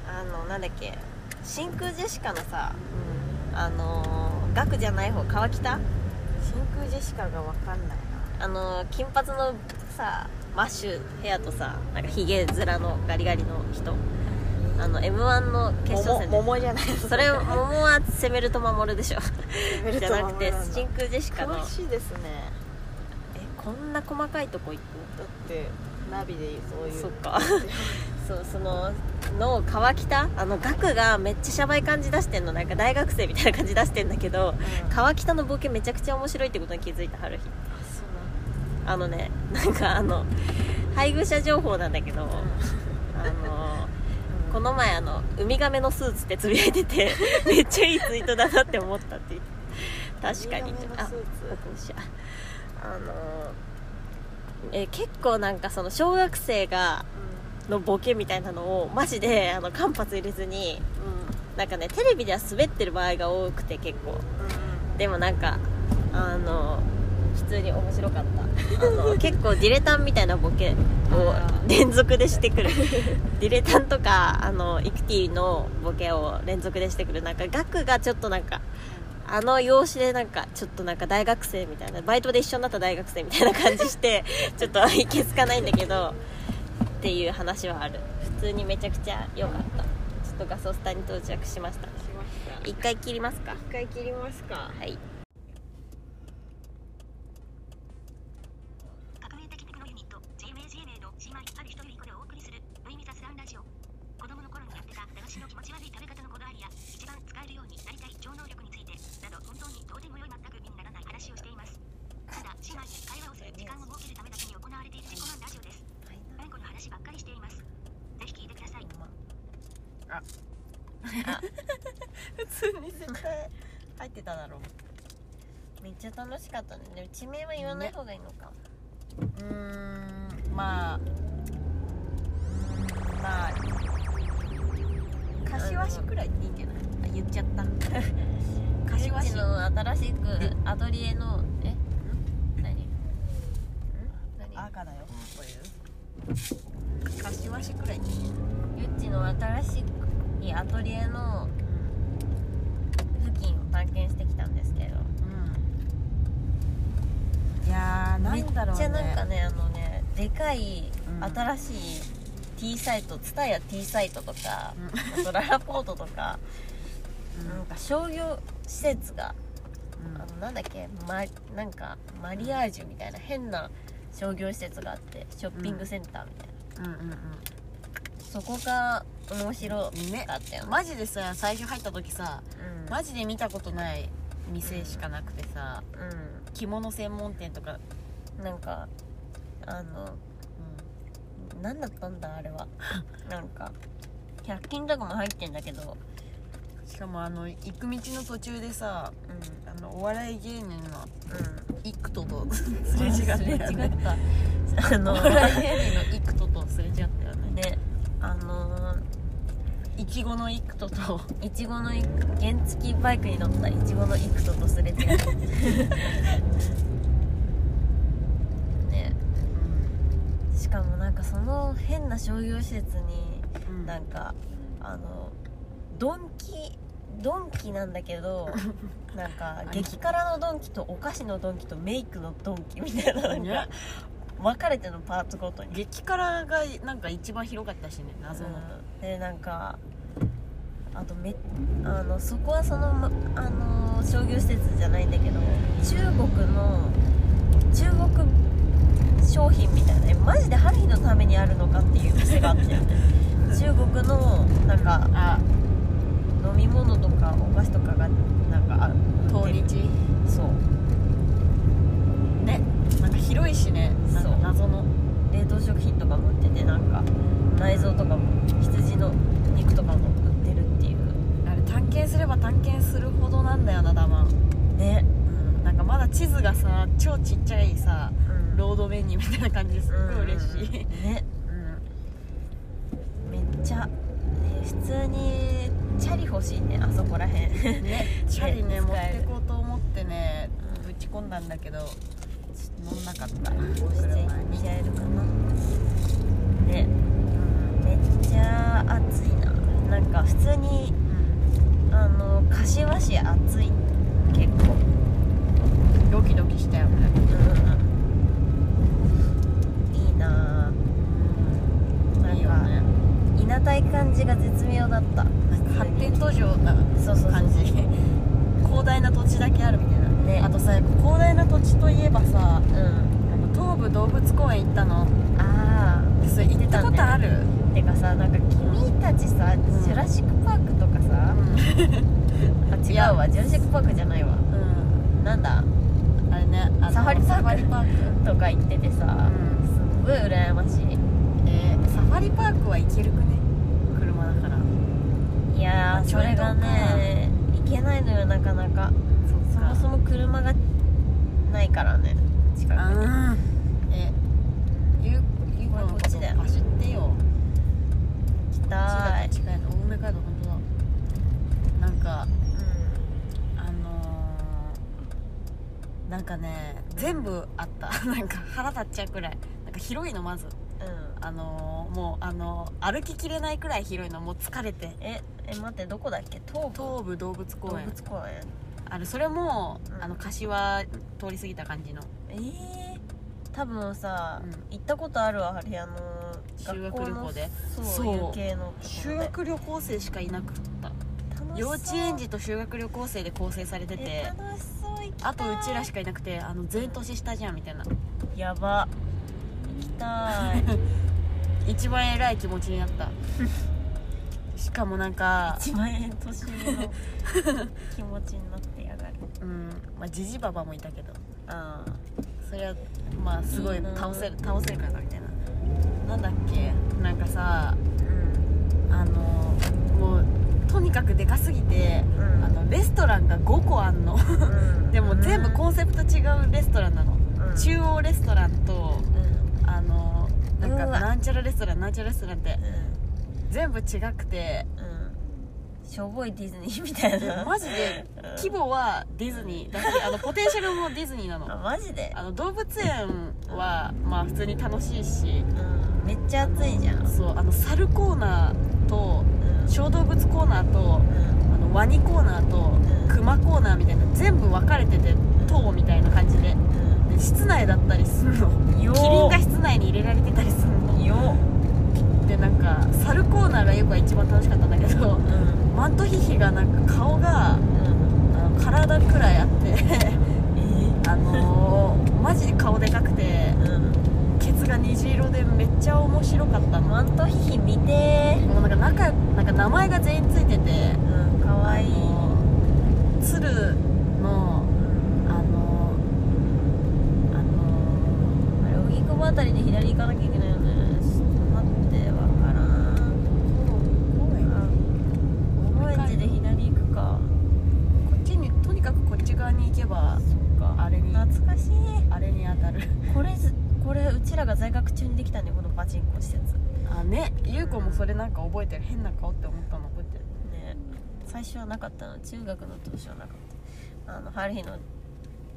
Speaker 1: あのなんだっけ真空ジェシカのさあのー額じゃない方川北
Speaker 2: 真空ジェシカがわかんないな
Speaker 1: あのー金髪のさマッシュヘアとさなんかヒゲ面のガリガリの人あの m 1の決勝戦で
Speaker 2: 桃桃じゃない
Speaker 1: それ桃は攻めると守るでしょ
Speaker 2: ベル
Speaker 1: じ
Speaker 2: ト
Speaker 1: ゃなくて
Speaker 2: 守るんだ
Speaker 1: 真空ジェシカの
Speaker 2: 詳しいですね
Speaker 1: えこんな細かいとこ行く
Speaker 2: だってナビでそういう
Speaker 1: そっか そうそのの川北あの額がめっちゃシャバい感じ出してんのなんか大学生みたいな感じ出してんだけど
Speaker 2: うん
Speaker 1: 川北のボケめちゃくちゃ面白いってことに気づいた春日
Speaker 2: あそう
Speaker 1: あのね なんかあの配偶者情報なんだけど、
Speaker 2: なん
Speaker 1: あ
Speaker 2: う
Speaker 1: の
Speaker 2: ん
Speaker 1: この前あのウミガメのスーツってつぶやいてて めっちゃいいツイートだなって思ったって言って確かに
Speaker 2: ウミガメの
Speaker 1: あ
Speaker 2: スーツ
Speaker 1: 僕しあのえ結構なんかその小学生がのボケみたいなのをマジであの間髪入れずになんかねテレビでは滑ってる場合が多くて結構でもなんかあの普通に面白かったあの結構ディレタンみたいなボケ
Speaker 2: あ
Speaker 1: を
Speaker 2: ー
Speaker 1: 連続でしてくるディレタンとかあのイクティのボケを連続でしてくるなんかガクがちょっとなんかあの容姿でなんかちょっとなんか大学生みたいなバイトで一緒になった大学生みたいな感じして ちょっといけつかないんだけどっていう話はある普通にめちゃくちゃ良かったちょっとガソスタに到着しました
Speaker 2: しました
Speaker 1: 一回切りますか
Speaker 2: 一回切りますか
Speaker 1: はい
Speaker 3: 革命的テクノユニット GMAGMA の姉妹ハリヒとユイコでお送りする無意味雑談ラジオ子供の頃にやってた駄菓子の気持ち悪い食べ方のこだわりや一番使えるようになりたい超能力についてなど本当にどうでもよい全く意味にならない話をしていますただ姉妹会話をする時間を設けるためだけに行われている自己満ラジオですうんこの話ばっかりしていますぜひ聞いてください
Speaker 2: 普通に絶対入ってただろう
Speaker 1: めっちゃ楽しかったねでも地名は言わない方がいいのか、
Speaker 2: うーんまあうーんまあ柏市くらいっていいんじゃない
Speaker 1: あ言っちゃった
Speaker 2: 柏
Speaker 1: 柏
Speaker 2: 市
Speaker 1: 市の新しくアトリエのえ何ん何
Speaker 2: 赤だよこういう
Speaker 1: 柏市くらいゆっちの新しいアトリエの付近を探検してきたんですけど
Speaker 2: いやーなんだろう
Speaker 1: めっち
Speaker 2: ね
Speaker 1: ゃなんかねあのねでかい
Speaker 2: うん
Speaker 1: 新しい T サイト蔦屋 T サイトとか、あとララポートとか、なんか商業施設が、
Speaker 2: うん
Speaker 1: あのなんだっけ、ま、なんかマリアージュみたいな変な商業施設があってショッピングセンターみたいな、
Speaker 2: うんうんうん
Speaker 1: そこが面白
Speaker 2: ね
Speaker 1: かったよね、
Speaker 2: マジでさ最初入った時さ
Speaker 1: うん
Speaker 2: マジで見たことない店しかなくてさ着物専門店とか、
Speaker 1: うん、なんかあの何だったんだあれは なんか100均とかも入ってんだけど、
Speaker 2: しかもあの行く道の途中でさ
Speaker 1: うんう
Speaker 2: あのお笑い芸人の
Speaker 1: ん、
Speaker 2: イクトとすれ違ったよ
Speaker 1: すれ違
Speaker 2: ね
Speaker 1: ったあ
Speaker 2: お
Speaker 1: の
Speaker 2: 笑い芸人のイクトとすれ違ったよね
Speaker 1: であの
Speaker 2: いちごのイクトと
Speaker 1: いちごの原付きバイクに乗ったいちごのイクトとすれ 違うねしかもなんかその変な商業施設に
Speaker 2: うん
Speaker 1: なんかあのドンキドンキなんだけ どなんか激辛のドンキとお菓子のドンキとメイクのドンキみたいななんか
Speaker 2: ね
Speaker 1: 分かれてんのパーツごとに
Speaker 2: 激辛がなんか一番広かったしね謎の、
Speaker 1: でなんかあとめあのそこはその、まあの商業施設じゃないんだけど中国の中国商品みたいなえマジで春日のためにあるのかっていう店があって中国のなんか
Speaker 2: あ
Speaker 1: 飲み物とかお菓子とかがなんかあ
Speaker 2: 当
Speaker 1: 売ってる
Speaker 2: 日
Speaker 1: そう
Speaker 2: ねなんか広いしねなんか
Speaker 1: そう
Speaker 2: 謎の
Speaker 1: 冷凍食品とかも売っててなんか内臓とかも羊の肉とかも売ってるっていう
Speaker 2: あれ探検すれば探検するほどなんだよなダマン
Speaker 1: ね
Speaker 2: うんなんかまだ地図がさ超ちっちゃいさ
Speaker 1: うん
Speaker 2: ロードメニューみたいな感じですっごい嬉しい、
Speaker 1: ね
Speaker 2: うん
Speaker 1: めっちゃ、えー普通にチャリ欲しい ねあそこら へんちょっ
Speaker 2: ねチャリね持っ
Speaker 1: 使える
Speaker 2: てこうと思ってね
Speaker 1: うん
Speaker 2: ぶち込んだんだけどちょっと乗んなかった
Speaker 1: と落ち
Speaker 2: 車
Speaker 1: 着い
Speaker 2: に
Speaker 1: てやれるかなね
Speaker 2: うん
Speaker 1: めっちゃ暑いななんか普通にあの柏市暑い結構
Speaker 2: うんドキドキしたよね
Speaker 1: うんいいな
Speaker 2: うん
Speaker 1: なんか
Speaker 2: いいよね
Speaker 1: いなたい感じが絶妙だった
Speaker 2: 発展途上な
Speaker 1: そうそうそう
Speaker 2: 感じ広大な土地だけあるみたいな、
Speaker 1: ね
Speaker 2: あとさやっぱ広大な土地といえばさ
Speaker 1: うん
Speaker 2: あの東武動物公園行ったの
Speaker 1: あ
Speaker 2: それ行ったことある、
Speaker 1: あてかさなんか君たちさ、
Speaker 2: ん
Speaker 1: ジュラシック・パークとかさ、あ違うわジュラシック・パークじゃないわ
Speaker 2: うん
Speaker 1: なんだ
Speaker 2: あれねあの
Speaker 1: サファリパーク
Speaker 2: サファリパーク
Speaker 1: とか言っててさ、
Speaker 2: うん
Speaker 1: すっごい羨ましい
Speaker 2: えーサファリパークは行けるくね車だから
Speaker 1: いや
Speaker 2: あ
Speaker 1: ーそれがね行けないのよなかなか
Speaker 2: そ
Speaker 1: そもそも車がないからね近くに
Speaker 2: うんえゆうゆうこの
Speaker 1: こっちだよ
Speaker 2: 走ってよこ
Speaker 1: 行き
Speaker 2: っちだ
Speaker 1: た
Speaker 2: っ
Speaker 1: い
Speaker 2: て近いの青梅街道本当だなんかあのーなんかね全部あった なんか腹立っちゃうくらいなんか広いのまず
Speaker 1: うん、うん、
Speaker 2: あのーもうあのー歩ききれないくらい広いのもう疲れて
Speaker 1: ええ待ってどこだっけ東武
Speaker 2: 東武動物
Speaker 1: 動
Speaker 2: 公園
Speaker 1: 物公園
Speaker 2: あのそれも、
Speaker 1: うん
Speaker 2: あの柏通り過ぎた感じの
Speaker 1: ええ多分さ、
Speaker 2: うん
Speaker 1: 行ったことあるわあれあの
Speaker 2: 修学旅行で
Speaker 1: そう
Speaker 2: そう
Speaker 1: 有形の
Speaker 2: 修学旅行生しかいなくった幼稚園児と修学旅行生で構成されて
Speaker 1: 出
Speaker 2: て
Speaker 1: 楽しそう行きたい
Speaker 2: あとうちらしかいなくてあの全員年下じゃんみたいな
Speaker 1: やば行きたい
Speaker 2: 一番偉い気持ちになった しかもなんか
Speaker 1: 1万円年 上の気持ちになってやがる
Speaker 2: うんまあじじばばもいたけど
Speaker 1: あ
Speaker 2: それはまあすご
Speaker 1: い
Speaker 2: い
Speaker 1: いな
Speaker 2: 倒せる倒せるかなみたいななんだっけなんかさ
Speaker 1: あうん
Speaker 2: あのもうとにかくでかすぎて
Speaker 1: う
Speaker 2: あのレストランが5個あんの
Speaker 1: ん
Speaker 2: でも全部コンセプト違うレストランなの
Speaker 1: うん
Speaker 2: 中央レストランと
Speaker 1: うんうん
Speaker 2: あのなんか
Speaker 1: うわ
Speaker 2: なんちゃらレストランなんちゃらレストランって全部違く て
Speaker 1: うんしょぼいディズニーみたいな
Speaker 2: マジで
Speaker 1: うん
Speaker 2: 規模はディズニーだしあのポテンシャルもディズニーな
Speaker 1: あ
Speaker 2: の
Speaker 1: マジで
Speaker 2: あの動物園はまあ普通に楽しいし
Speaker 1: うんめっちゃ暑いじゃん
Speaker 2: そうあの猿コーナーと
Speaker 1: うん
Speaker 2: 小動物コーナーと
Speaker 1: うん
Speaker 2: あのワニコーナーと
Speaker 1: うん
Speaker 2: クマコーナーみたいな全部分かれてて塔みたいな感じでで室内だったりするの
Speaker 1: よ
Speaker 2: キリンが室内に入れられてたりするの
Speaker 1: よ
Speaker 2: ででなんか猿コーナーがよくは一番楽しかったんだけど
Speaker 1: うん
Speaker 2: マントヒヒがなんか顔があの体くらいあって あのー、マジで顔でかくてケツが虹色でめっちゃ面白かった
Speaker 1: マ
Speaker 2: の
Speaker 1: ントヒヒ見て
Speaker 2: もうなんか仲なんか名前が全員ついてて
Speaker 1: ーうんかわいい
Speaker 2: あの鶴の
Speaker 1: うん
Speaker 2: あのあの
Speaker 1: あれ荻窪あたりで左行かなきゃいけないよねちょっと待ってわからん
Speaker 2: 公園
Speaker 1: 高円寺で左行くか
Speaker 2: こっちにとにかくこっち側に行けばあれに
Speaker 1: 懐かしい
Speaker 2: あれに当たる
Speaker 1: これずこれうちらが在学中にできたねこのパチンコ施設
Speaker 2: あねゆうこもそれなんか覚えてる変な顔って思ったの覚えて
Speaker 1: ね
Speaker 2: る
Speaker 1: 最初はなかったの中学の当初はなかったあの春日の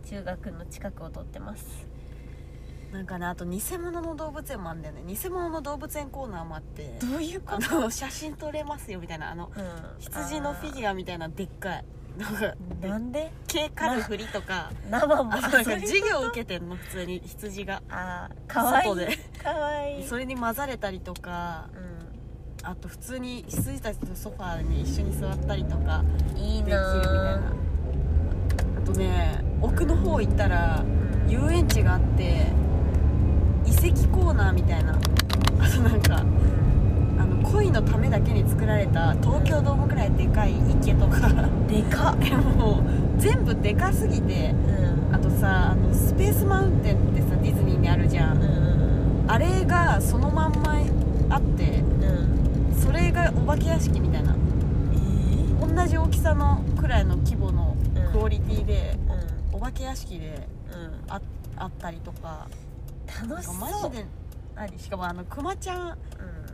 Speaker 1: 中学の近くを通ってます
Speaker 2: なんかねあと偽物の動物園もあんだよね偽物の動物園コーナーもあって
Speaker 1: どういう
Speaker 2: あの写真撮れますよみたいなあの
Speaker 1: うん
Speaker 2: 羊のフィギュアみたいなでっかいなんか
Speaker 1: あーなんで
Speaker 2: 毛刈るふりとか
Speaker 1: 生も
Speaker 2: あなんか授業受けてんの普通に羊が
Speaker 1: あーかわい
Speaker 2: 外
Speaker 1: い
Speaker 2: で
Speaker 1: かわいい
Speaker 2: それに混ざれたりとか
Speaker 1: う
Speaker 2: あと普通に羊たちとソファーに一緒に座ったりとか
Speaker 1: んいい
Speaker 2: できるみたい
Speaker 1: な
Speaker 2: なあとね奥の方行ったら
Speaker 1: ぁ
Speaker 2: 遊園地があって遺跡コーナーみたいなあとなんかあの恋のためだけに作られた東京ドームくらいでかい池とか
Speaker 1: でかっ
Speaker 2: えもう全部でかすぎて
Speaker 1: うん
Speaker 2: あとさあのスペースマウンテンってさディズニーにあるじゃん
Speaker 1: うん
Speaker 2: あれがそのまんまあって
Speaker 1: うん
Speaker 2: それがお化け屋敷みたいな
Speaker 1: え
Speaker 2: 同じ大きさのくらいの規模の
Speaker 1: うん
Speaker 2: クオリティで、
Speaker 1: う
Speaker 2: お化け屋敷で
Speaker 1: んうん
Speaker 2: ああったりとかな
Speaker 1: 楽
Speaker 2: ん
Speaker 1: しそ
Speaker 2: か
Speaker 1: う
Speaker 2: マジでありしかもあのクマちゃん
Speaker 1: うん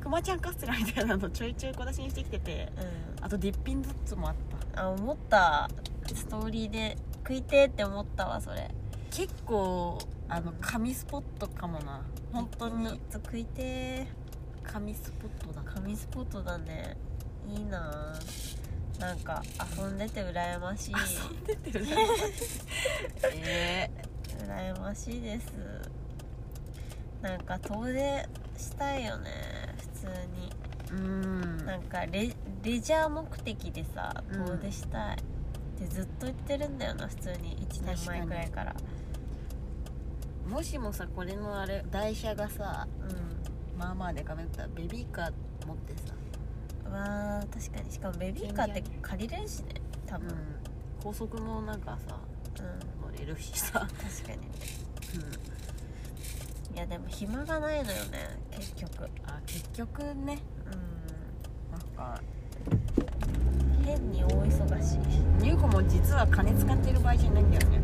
Speaker 2: クマちゃんカステラみたいなのちょいちょい小出しにしてきてて
Speaker 1: うん
Speaker 2: あとディッピンズッツもあった
Speaker 1: あ思ったストーリーで食いてーって思ったわそれ
Speaker 2: 結構あの神スポットかもな本当
Speaker 1: ちょっ
Speaker 2: に
Speaker 1: と食いてー
Speaker 2: 神スポットだ
Speaker 1: 神スポットだねいいなぁなんか遊んでて羨ましい
Speaker 2: 遊んでてるねえ
Speaker 1: 羨ましいですなんか遠出したいよね普通に
Speaker 2: ー、うん
Speaker 1: なんかレレジャー目的でさ
Speaker 2: うん
Speaker 1: 遠出したい、ってずっと言ってるんだよな普通に1年前くらいから
Speaker 2: もしもさこれのあれ台車がさまあまあでかめだったらベビーカー持ってさ
Speaker 1: うんわあ確かにしかもベビーカーって借りれるしね多分、うん
Speaker 2: 高速もなんかさ乗れるしさ、
Speaker 1: 確かにいやでも暇がないのよね結局
Speaker 2: あ結局ね
Speaker 1: う
Speaker 2: なんか
Speaker 1: ん変に大忙しい
Speaker 2: 優子も実は金使ってる場合じゃないんだよね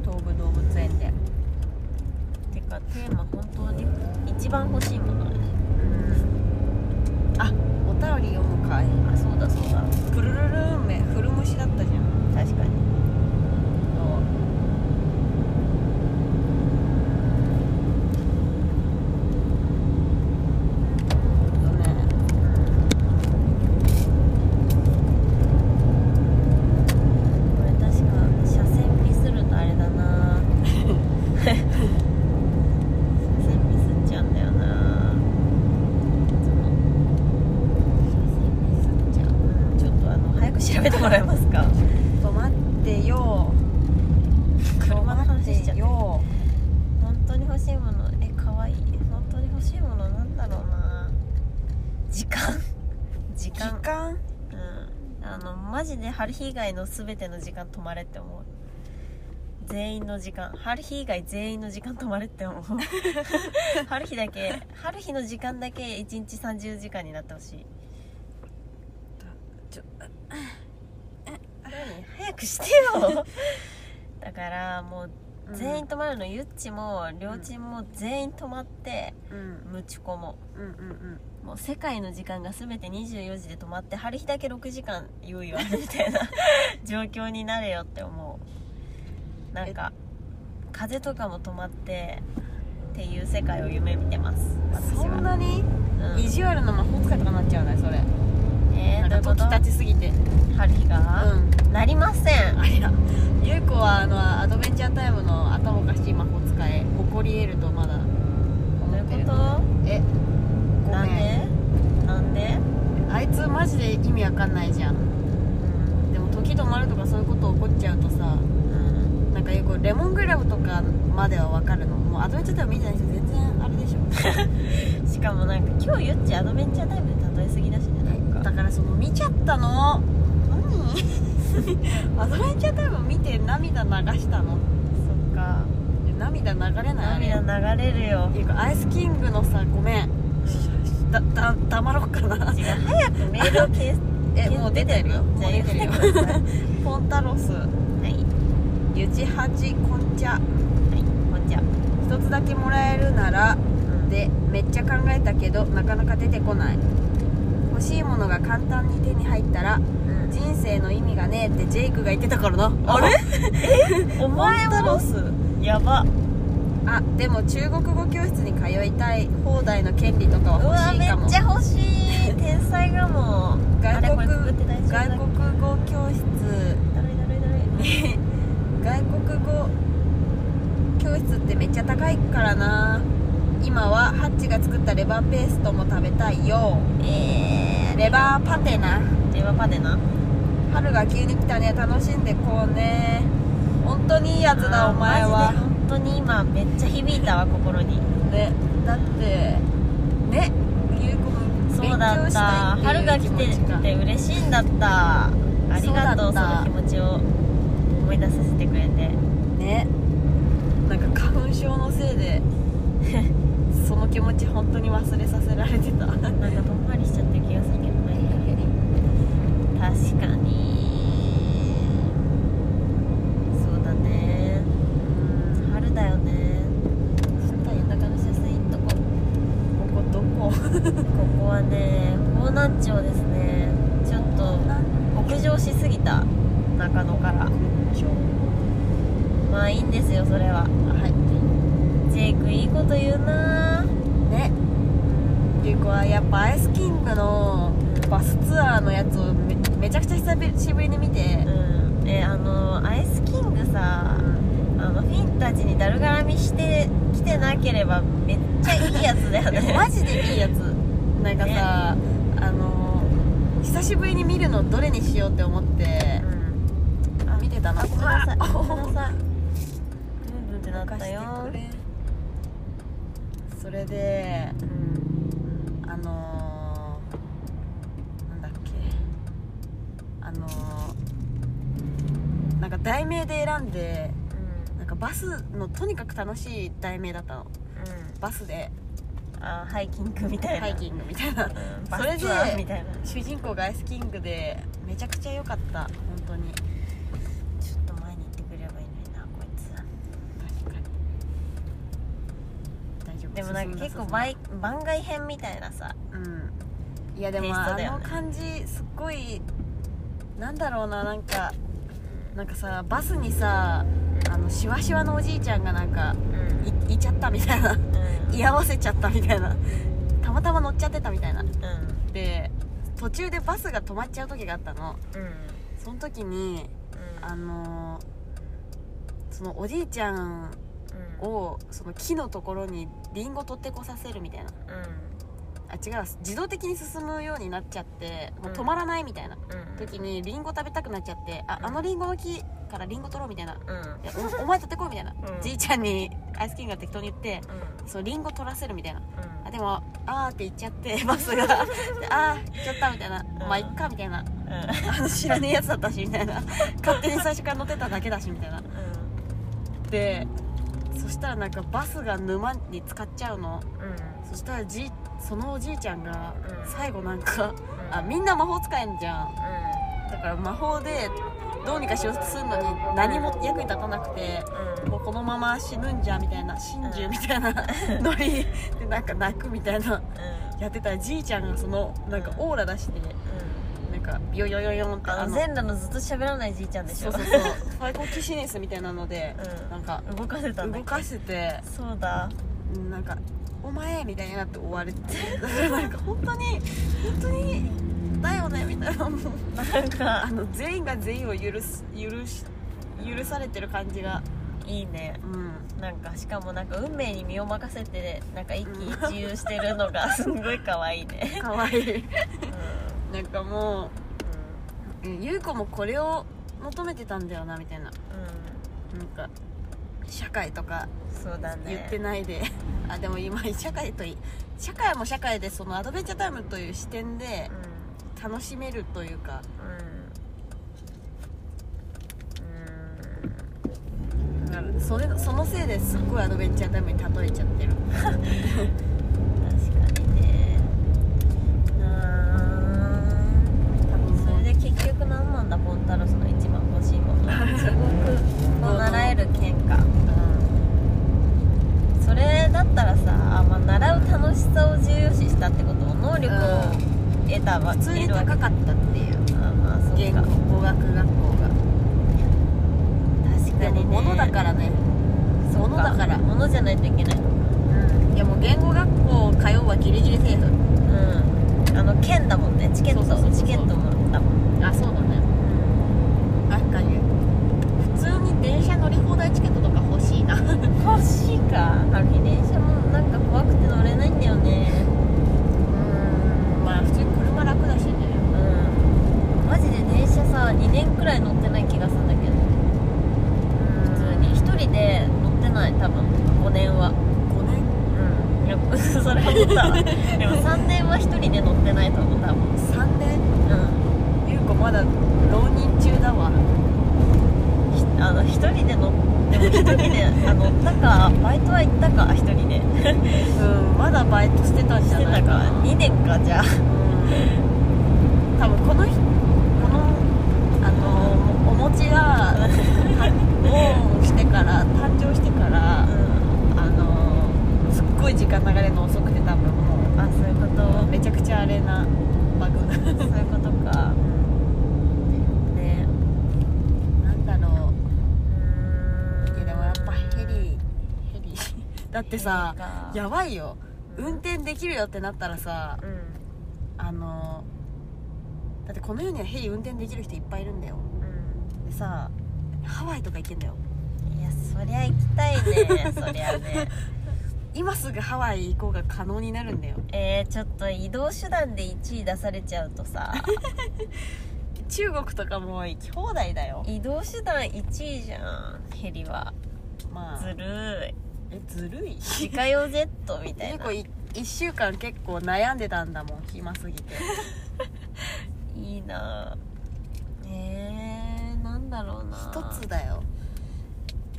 Speaker 2: 東武動物園で
Speaker 1: てかテーマ本当に一番欲しいものね
Speaker 2: うんあお便り読むかい
Speaker 1: あそうだそうだ
Speaker 2: くるるるーめ古虫だったじゃん
Speaker 1: 確かに
Speaker 2: そうね
Speaker 1: これ確か車線ミスるとあれだ な車線ミスっちゃうんだよないつも車線ミスっちゃうちょっとあの早く調べてもらえますか
Speaker 2: ちょっと待ってよ
Speaker 1: 車の話しち
Speaker 2: 待
Speaker 1: ゃって
Speaker 2: っ
Speaker 1: て
Speaker 2: よ
Speaker 1: 本当に欲しいものえ可愛い本当に欲しいものなんだろうな時間時
Speaker 2: 時
Speaker 1: 間
Speaker 2: 間
Speaker 1: うんあのマジで春日以外の全ての時間止まれって思う全員の時間春日以外全員の時間止まれって 思う春日だけ春日の時間だけ1日30時間になってほしい
Speaker 2: ちょ
Speaker 1: 何早くして よだからもう全員、止まるの、ゆっちもりょうちんも全員止まって
Speaker 2: うん、うん
Speaker 1: むちこも
Speaker 2: うんうん
Speaker 1: もう世界の時間が全て24時で止まって春日だけ6時間猶予あるみた いな状況になれよって思うなんか風とかも止まってっていう世界を夢見てます私は
Speaker 2: そんなに
Speaker 1: うん
Speaker 2: 意地悪な魔法使いとかなっちゃうねそれ
Speaker 1: え
Speaker 2: な
Speaker 1: ー、
Speaker 2: ん
Speaker 1: どう
Speaker 2: か
Speaker 1: いうこ
Speaker 2: 時
Speaker 1: と
Speaker 2: 立ちすぎて
Speaker 1: 春日
Speaker 2: う
Speaker 1: が、
Speaker 2: ん
Speaker 1: なりません
Speaker 2: あいやゆう子はあのアドベンチャータイムの頭おかしい魔法使い誇り得るとまだ思
Speaker 1: どうい
Speaker 2: って
Speaker 1: う
Speaker 2: る
Speaker 1: こと
Speaker 2: えご
Speaker 1: なん
Speaker 2: めん
Speaker 1: でなんで、
Speaker 2: あいつマジで意味わかんないじゃん
Speaker 1: うん
Speaker 2: でも時止まるとかそういうこと起こっちゃうとさ
Speaker 1: うん、
Speaker 2: なんかよくレモングラブとかまではわかるのもうアドベンチャータイム見てない人全然あれでしょ
Speaker 1: しかもなんか今日ゆっちアドベンチャータイムで例えすぎだしねなんか
Speaker 2: だからその見ちゃったの何アドベンチャータイム見て涙流したの
Speaker 1: そっか
Speaker 2: いや涙流れないあれ
Speaker 1: 涙流れるよ
Speaker 2: っていうかアイスキングのさごめんだだ黙ろうかな
Speaker 1: 違う早くメールを消す
Speaker 2: えもう出てるよ
Speaker 1: じゃあ
Speaker 2: もう出てる
Speaker 1: 言
Speaker 2: よ
Speaker 1: ってください
Speaker 2: ポンタロス
Speaker 1: はい
Speaker 2: ゆちはちこんちゃ
Speaker 1: はいこんちゃ
Speaker 2: 一つだけもらえるなら
Speaker 1: で
Speaker 2: でめっちゃ考えたけどなかなか出てこない欲しいものが簡単に手に入ったら人生の意味がねえってジェイクが言ってたからなあれ
Speaker 1: お前
Speaker 2: ポンタロ
Speaker 1: も
Speaker 2: ス
Speaker 1: やば
Speaker 2: あでも中国語教室に通いたい放題の権利とか
Speaker 1: うわ
Speaker 2: は欲し
Speaker 1: め
Speaker 2: いかも
Speaker 1: っちゃ欲しい天才がもう
Speaker 2: 外国
Speaker 1: あれこれ作って大丈夫
Speaker 2: 外国語教室
Speaker 1: だるいだるいだるい
Speaker 2: 外国語教室ってめっちゃ高いからな今はハッチが作ったレバーペーストも食べたいよえー、レバーパテな
Speaker 1: 電話パネな
Speaker 2: 春が急に来たね楽しんでこうね本当にいいやつだお前
Speaker 1: あーマジで
Speaker 2: は
Speaker 1: 本当に今めっちゃ響いたわ心に
Speaker 2: ねだってねゆうこも
Speaker 1: そ
Speaker 2: 勉
Speaker 1: うだ
Speaker 2: 強
Speaker 1: っ
Speaker 2: したたい
Speaker 1: 春が
Speaker 2: って
Speaker 1: 来
Speaker 2: いう
Speaker 1: て
Speaker 2: 気持ちが
Speaker 1: て嬉しいんだったありがと
Speaker 2: そうう
Speaker 1: そ
Speaker 2: だ
Speaker 1: の
Speaker 2: った
Speaker 1: 気持ちを思い出させてくれて
Speaker 2: ねなんか花粉症のせい でその気持ち本当に忘れさせられて た
Speaker 1: なんかどんまりしちゃってる気がするけど ね確かにそうだねうん春だよねちょっと夜中の写真いっとこ
Speaker 2: ここどこ
Speaker 1: ここはね方南町ですねちょっと北上しすぎた中野からまあいいんですよそれは
Speaker 2: は
Speaker 1: ジェイクいいこと言うない
Speaker 2: ねゆうこはやっぱアイスキングのバスツアーのやつをめめちゃくちゃ久しぶりに見て
Speaker 1: うんえあのアイスキングさあのフィンたちにだるがらみしてきてなければめっちゃいいやつだよ
Speaker 2: いや
Speaker 1: ね
Speaker 2: マジでいいやつなんかさ、あの久しぶりに見るのどれにしようって思って
Speaker 1: うん
Speaker 2: 見てたの
Speaker 1: あごめんなさい
Speaker 2: あ
Speaker 1: ごめんなさいブンブンってなったよ
Speaker 2: 任せてくれそれで
Speaker 1: うん
Speaker 2: あのー、なんだっけあのー、なんか題名で選んでなんかバスのとにかく楽しい題名だったの
Speaker 1: う
Speaker 2: バスで
Speaker 1: んあハイキングみたいな
Speaker 2: ハイキングみたいな
Speaker 1: うん
Speaker 2: それ
Speaker 1: バ
Speaker 2: で
Speaker 1: スツアーみたいなち
Speaker 2: 主人公がアイスキングでめちゃくちゃ良かった本当に
Speaker 1: ょっと前に行ってくれればいいのになこいつ
Speaker 2: 確かに大丈夫
Speaker 1: でもなんか結構
Speaker 2: 進んだ
Speaker 1: 番番外編みたいなさ
Speaker 2: うんいやでも、
Speaker 1: テイスト
Speaker 2: あ
Speaker 1: だよ
Speaker 2: の
Speaker 1: ね
Speaker 2: 感じすっごいなんだろうななんかなんかさバスにさあのしわしわのおじいちゃんがなんか
Speaker 1: うん、うん
Speaker 2: いいちゃったみたいな 居合わせちゃったみたいなたまたま乗っちゃってたみたいな
Speaker 1: う
Speaker 2: で途中でバスが止まっちゃう時があったの
Speaker 1: んうん
Speaker 2: その時にあ
Speaker 1: あ
Speaker 2: のそのおじいちゃん
Speaker 1: お
Speaker 2: をその木のところにリンゴ取ってこさせるみたいな
Speaker 1: うん
Speaker 2: あ違う自動的に進むようになっちゃってもう
Speaker 1: うん
Speaker 2: 止まらないみたいな
Speaker 1: うん
Speaker 2: 時にリンゴ食べたくなっちゃってあ
Speaker 1: うん
Speaker 2: あのリンゴの木からリンゴ取ろうみたいな
Speaker 1: うん
Speaker 2: いやおお前取ってこいみたいな、
Speaker 1: うん
Speaker 2: じいちゃんにアイスキングが適当に言って
Speaker 1: うん
Speaker 2: そうリンゴ取らせるみたいな
Speaker 1: うん
Speaker 2: あでもあーって言っちゃってバスがであー行っちゃったみたいな、まあいっかみたいなあの知らねえやつだったしみたいな勝手に最初から乗ってただけだしみたいなでそしたらなんかバスが沼に浸かっちゃうの
Speaker 1: うんうん
Speaker 2: そしたらじいそのおじいちゃんが
Speaker 1: うん
Speaker 2: 最後なんか、あ
Speaker 1: うん
Speaker 2: みんな魔法使えんじゃんだから魔法でどうにかしようとするのに何も役に立たなくて
Speaker 1: うん
Speaker 2: もうこのまま死ぬんじゃみたいな真珠みたいな ノリでなんか泣くみたいなやってたらじいちゃんがそのなんかオーラ出してなんかビヨヨヨヨンって
Speaker 1: あの全裸のずっと喋らないじいちゃんでし
Speaker 2: そう
Speaker 1: ょ
Speaker 2: そう そうファイコンキシネスみたいなので
Speaker 1: うん
Speaker 2: なんか
Speaker 1: 動かせたんだ
Speaker 2: 動かせて
Speaker 1: そうだ
Speaker 2: なんか「お前」みたいになって終わるって なんか本当に本当にだよねみたいなも う
Speaker 1: なん
Speaker 2: あ
Speaker 1: か
Speaker 2: の全員が全員を許す許し許されてる感じが
Speaker 1: いいね
Speaker 2: うん
Speaker 1: なんかしかもなんか運命に身を任せてなんか一喜一憂してるの がすんごい可愛いね
Speaker 2: かわい い
Speaker 1: うん
Speaker 2: なんかもううん優子もこれを求めてたんだよなみたいな
Speaker 1: うん、う
Speaker 2: なんか社会とか
Speaker 1: ん、そうだね
Speaker 2: 言ってない で、あでも今社会とい社会も社会でそのアドベンチャータイムという視点で
Speaker 1: う
Speaker 2: 楽しめるというか
Speaker 1: んうんうん
Speaker 2: それそのせいですっごいアドベンチャータイムに例えちゃってる
Speaker 1: 確かにねうん
Speaker 2: 多分
Speaker 1: それで結局何なんだポンタロスの一番欲しいもの地獄を習える喧嘩それだったらさ、あまあ、習う楽しさを重要視したってこと能力を得たわ
Speaker 2: 普通に
Speaker 1: 得るわ
Speaker 2: 高かったっていう
Speaker 1: けあまあそう
Speaker 2: 言語
Speaker 1: か
Speaker 2: 語学学校が
Speaker 1: 確か
Speaker 2: でも
Speaker 1: にね
Speaker 2: 物だかららね物だから
Speaker 1: 物じゃないといけない
Speaker 2: いやもう言語学校通うはギリギリセーフ
Speaker 1: うんあの剣だもんねチケット
Speaker 2: そうそうそうそう
Speaker 1: チケットもだもん
Speaker 2: あそうだね確かに普通に電車乗り放題チケットとか欲しいな
Speaker 1: 欲しいか春日電車もなんか怖くて乗れないんだよね
Speaker 2: うんまあ普通に車楽だしね
Speaker 1: うんマジで電車さ2年くらい乗ってない気がするんだけど普通に1人で乗ってない多分5年は
Speaker 2: 5年
Speaker 1: うん、やっ ぱそれは思ったわでも3年は1人で乗ってないと思ったもん、うん、
Speaker 2: 3年優子まだ浪人中だわ
Speaker 1: ひあの1人で乗っても1人であ乗ったかバイトは行ったか1人で
Speaker 2: うんまだバイトしてたんじ
Speaker 1: し
Speaker 2: ゃ
Speaker 1: て
Speaker 2: な
Speaker 1: た
Speaker 2: い
Speaker 1: か
Speaker 2: かな
Speaker 1: 2年かじゃあ
Speaker 2: うん多分この人このあのお餅がオンしてから誕生してからあのすっごい時間流れるの遅くて多分も
Speaker 1: あそういうこ
Speaker 2: うめちゃくちゃあれなバグ
Speaker 1: とそういうことかね
Speaker 2: なんだろ
Speaker 1: うー
Speaker 2: ういやでもやっぱヘリ
Speaker 1: ヘ
Speaker 2: ヘ リだって
Speaker 1: リ
Speaker 2: さ
Speaker 1: か
Speaker 2: やばいよ
Speaker 1: うん
Speaker 2: 運転できるよってなったらさ
Speaker 1: うん
Speaker 2: あのだってこの世にはヘリ運転できる人いっぱいいるんだよ
Speaker 1: う
Speaker 2: でさハワイとか行けんだよ
Speaker 1: んいやそりゃ行きたい ねそりゃね
Speaker 2: 今すぐハワイ行こうが可能になるんだよ
Speaker 1: えー、ちょっと移動手段で1位出されちゃうと さ
Speaker 2: 中国とかも行き放題だよ
Speaker 1: 移動手段1位じゃんヘリは
Speaker 2: ま
Speaker 1: ず
Speaker 2: あ
Speaker 1: るい
Speaker 2: えずるい
Speaker 1: 自家用ジェットみたい
Speaker 2: 結
Speaker 1: な
Speaker 2: 構い1週間結構悩んでたんだもん暇すぎて
Speaker 1: いいなぁえー、なんだろうな
Speaker 2: 一つだよ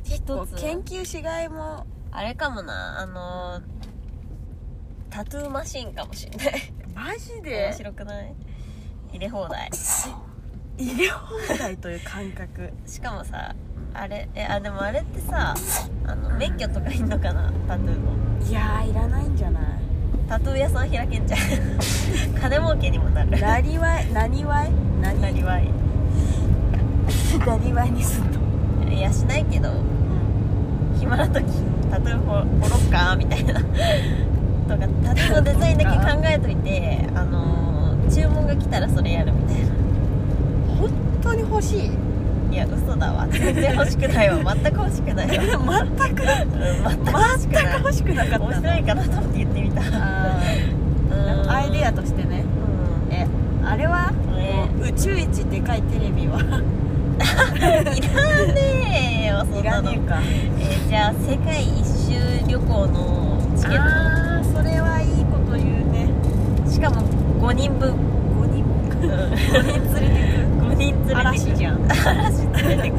Speaker 1: 一
Speaker 2: こう
Speaker 1: つ
Speaker 2: 研究しがいも
Speaker 1: あれかもなあのタトゥーマシンかもしんない
Speaker 2: マジ
Speaker 1: 面白くない入れ放題
Speaker 2: 入れ放題という感覚
Speaker 1: しかもさあれえあでもあれってさあの免許とかいんのかなタトゥーの
Speaker 2: いやーいらないんじゃない
Speaker 1: タトゥー屋さん開けんじゃ ん金儲けにもなる
Speaker 2: なりわいなにわいな
Speaker 1: なりわい
Speaker 2: なりわいにすんの
Speaker 1: いやしないけど
Speaker 2: うん
Speaker 1: 暇な時タトゥー彫ろっかみたいなとかタトゥーのデザインだけ考えといてあのー注文が来たらそれやるみたいな
Speaker 2: 本当に欲しい
Speaker 1: いや嘘だわ全然欲しくないわ全く欲しくないわ、うん、
Speaker 2: 全く
Speaker 1: 全く欲しくない
Speaker 2: しくなか
Speaker 1: 面白いかなと思って言ってみた
Speaker 2: あーアイデアとしてね
Speaker 1: うん
Speaker 2: えあれは、
Speaker 1: ね
Speaker 2: 宇宙一でかいテレビは
Speaker 1: いらねえよそんなの
Speaker 2: か
Speaker 1: えーじゃあ世界一周旅行のチケッ
Speaker 2: ああそれはいいこと言うね
Speaker 1: トしかも5人分
Speaker 2: 5人も
Speaker 1: 5人連れてく5人連れてく
Speaker 2: 嵐じゃん
Speaker 1: 嵐連れてく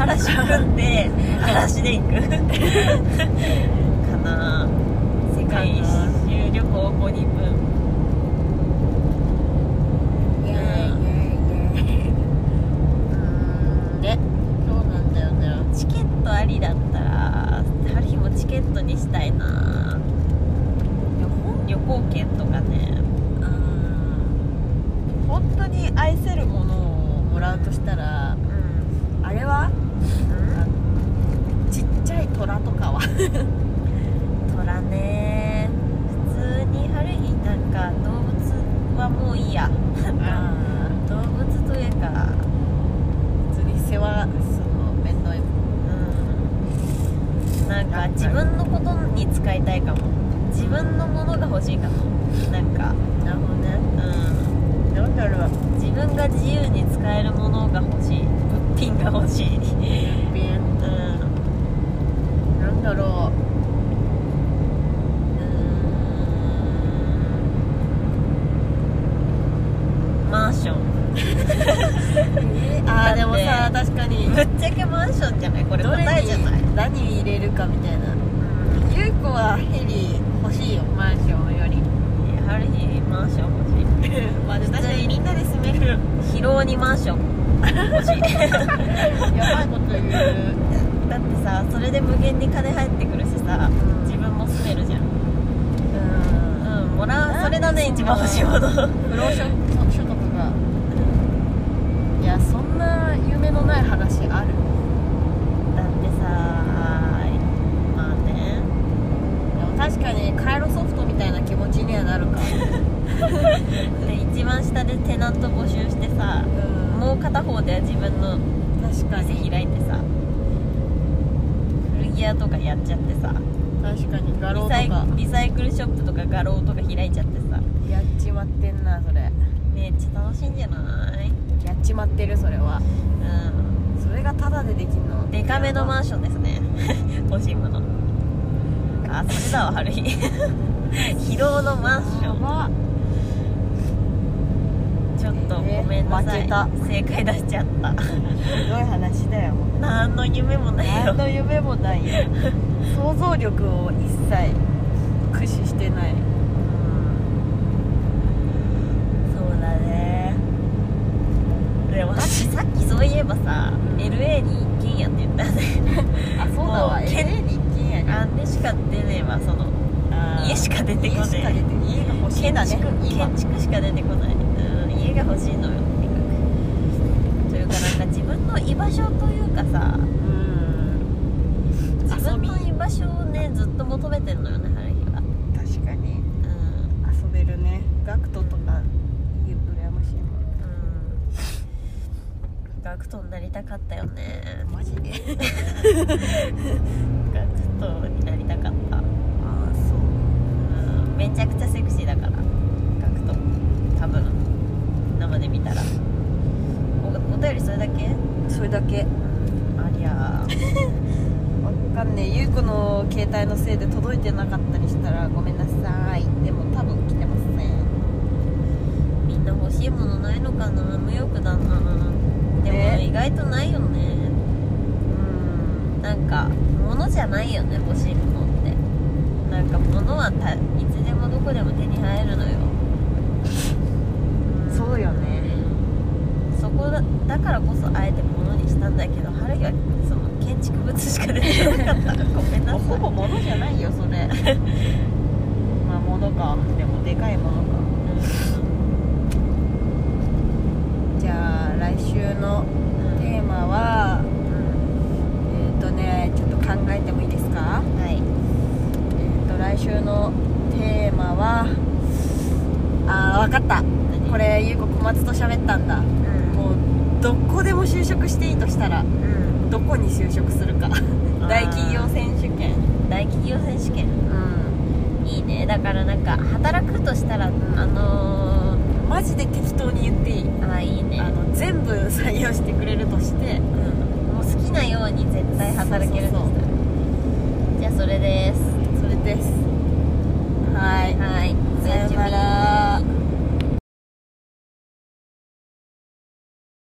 Speaker 1: 嵐組ん で嵐で行くかな世界一周旅行5人分
Speaker 2: イエーイイエーイイエーイでそうなんだよね
Speaker 1: チケットありだったら春日もチケットにしたいな旅行券とかね
Speaker 2: 本当に愛せるものをもらうとしたら
Speaker 1: うん
Speaker 2: あれはちっちゃい虎とかは
Speaker 1: 虎ね普通に春日なんか動物はもういいや動物というか
Speaker 2: 普通に世話するの面倒い
Speaker 1: うんなんか自分のことに使いたいかも自分のものが欲しいかもなんか
Speaker 4: なるほどね
Speaker 1: うんなんだろう自分が自由に使えるものが欲しい物品が欲しい
Speaker 4: 便
Speaker 1: うん
Speaker 4: なんだろうう
Speaker 1: マンショ ン
Speaker 4: ーんえ
Speaker 1: だっ
Speaker 2: あー
Speaker 1: て
Speaker 2: でもさ確かに
Speaker 1: ぶっちゃけマンションじゃないこれ
Speaker 2: どれ
Speaker 1: 答え
Speaker 2: に
Speaker 1: じゃない
Speaker 2: 何入れるかみたいな
Speaker 1: うん
Speaker 2: ゆうこはヘリ欲しいよマンションより
Speaker 1: ある日マンション欲しい
Speaker 2: まあ確かにみんなで住める
Speaker 1: 疲労にマンション
Speaker 2: やばいこと言う
Speaker 1: だってさそれで無限に金入ってくるしさ自分も住めるじゃんうんもらうそれだね一番欲しいもの
Speaker 2: 不労所所得がいやそんな夢のない話ある
Speaker 1: だってさまあね
Speaker 2: でも確かにカイロソフトみたいな気持ちにはなるか
Speaker 1: で一番下でテナント募集してさ
Speaker 2: も
Speaker 1: もう片方では自分の
Speaker 2: う確かに
Speaker 1: 店開いてさ古着屋とかやっちゃってさ
Speaker 2: 確かに画
Speaker 1: リ
Speaker 2: 廊と
Speaker 1: サイ
Speaker 2: か
Speaker 1: リサイクルショップとか画廊とか開いちゃってさ
Speaker 2: やっちまってんなそれ
Speaker 1: めっちゃ楽しいんじゃない
Speaker 2: やっちまってるそれは
Speaker 1: うん
Speaker 2: それがタダでできんの
Speaker 1: デカめのマンションですね 欲しいものあそれだわ春日 疲労のマンション
Speaker 2: は
Speaker 1: ちょっとごめんなさい、
Speaker 2: えー
Speaker 1: 正解出しちゃった
Speaker 2: すごい話だよ
Speaker 1: 何の夢もないよ
Speaker 2: 何の夢もないよ想像力を一切駆使してない
Speaker 1: そうだねでもさっきさっきそういえばさ LA に一軒家って言ったよね
Speaker 2: あそうだわ
Speaker 1: もう
Speaker 2: LA に一軒家に
Speaker 1: あんでしか出ねえわその家しか出てこ
Speaker 2: 家しか
Speaker 1: ね
Speaker 2: 出て家が欲
Speaker 1: え
Speaker 2: しいん
Speaker 1: 建
Speaker 2: だね
Speaker 1: 築
Speaker 2: 今
Speaker 1: 建築しか出てこない、うん、家が欲しいのよとにかくというかなんか自分の居場所というかさ
Speaker 2: うん
Speaker 1: 自分の居場所をねずっと求めてるのよね春日は
Speaker 2: 確かに
Speaker 1: うん
Speaker 2: 遊べるねガクトとか家羨ましいもん
Speaker 1: うんガクトになりたかったよね
Speaker 2: マジで
Speaker 1: ガクトになりたかった、
Speaker 2: ああそう
Speaker 1: うん、めちゃくちゃセクシーだからガクト多分生で見たらおお便りそれだけ
Speaker 2: それだけ
Speaker 1: ありゃー
Speaker 2: わかんねえゆうこの携帯のせいで届いてなかったりしたらごめんなさいでも多分来てません
Speaker 1: みんな欲しいものないのかな無欲だなでも
Speaker 2: ね
Speaker 1: 意外とないよね
Speaker 2: うん
Speaker 1: なんか物じゃないよね欲しいものってなんか物はたいつでもどこでも手に入るのよん
Speaker 2: そうよね
Speaker 1: そこだだからこそあえて物にしたんだけど春日はその建築物しか出てこなか ったごめんなさい
Speaker 2: ほぼ物じゃないよそれまあ物かでもでかいものかじゃあ来週の
Speaker 1: うん
Speaker 2: テーマはえっ、とねちょっと考えてもいいですか
Speaker 1: うんはい
Speaker 2: えっ、と来週のテーマはあー分かったこれゆうこ小松と喋ったんだ
Speaker 1: うん
Speaker 2: もうどこでも就職していいとしたら
Speaker 1: うん
Speaker 2: どこに就職するか大企業
Speaker 1: あ
Speaker 2: 選手権
Speaker 1: ー大企業選手権
Speaker 2: うん
Speaker 1: いいねだからなんか働くとしたらあの
Speaker 2: マジで適当に言っていい
Speaker 1: ー、あーいいね
Speaker 2: あの全部採用してくれるとして
Speaker 1: うんもう好きなように絶対働けるんです
Speaker 2: そうそう
Speaker 1: じゃあそれです
Speaker 2: それですはい
Speaker 1: はい
Speaker 2: さよなら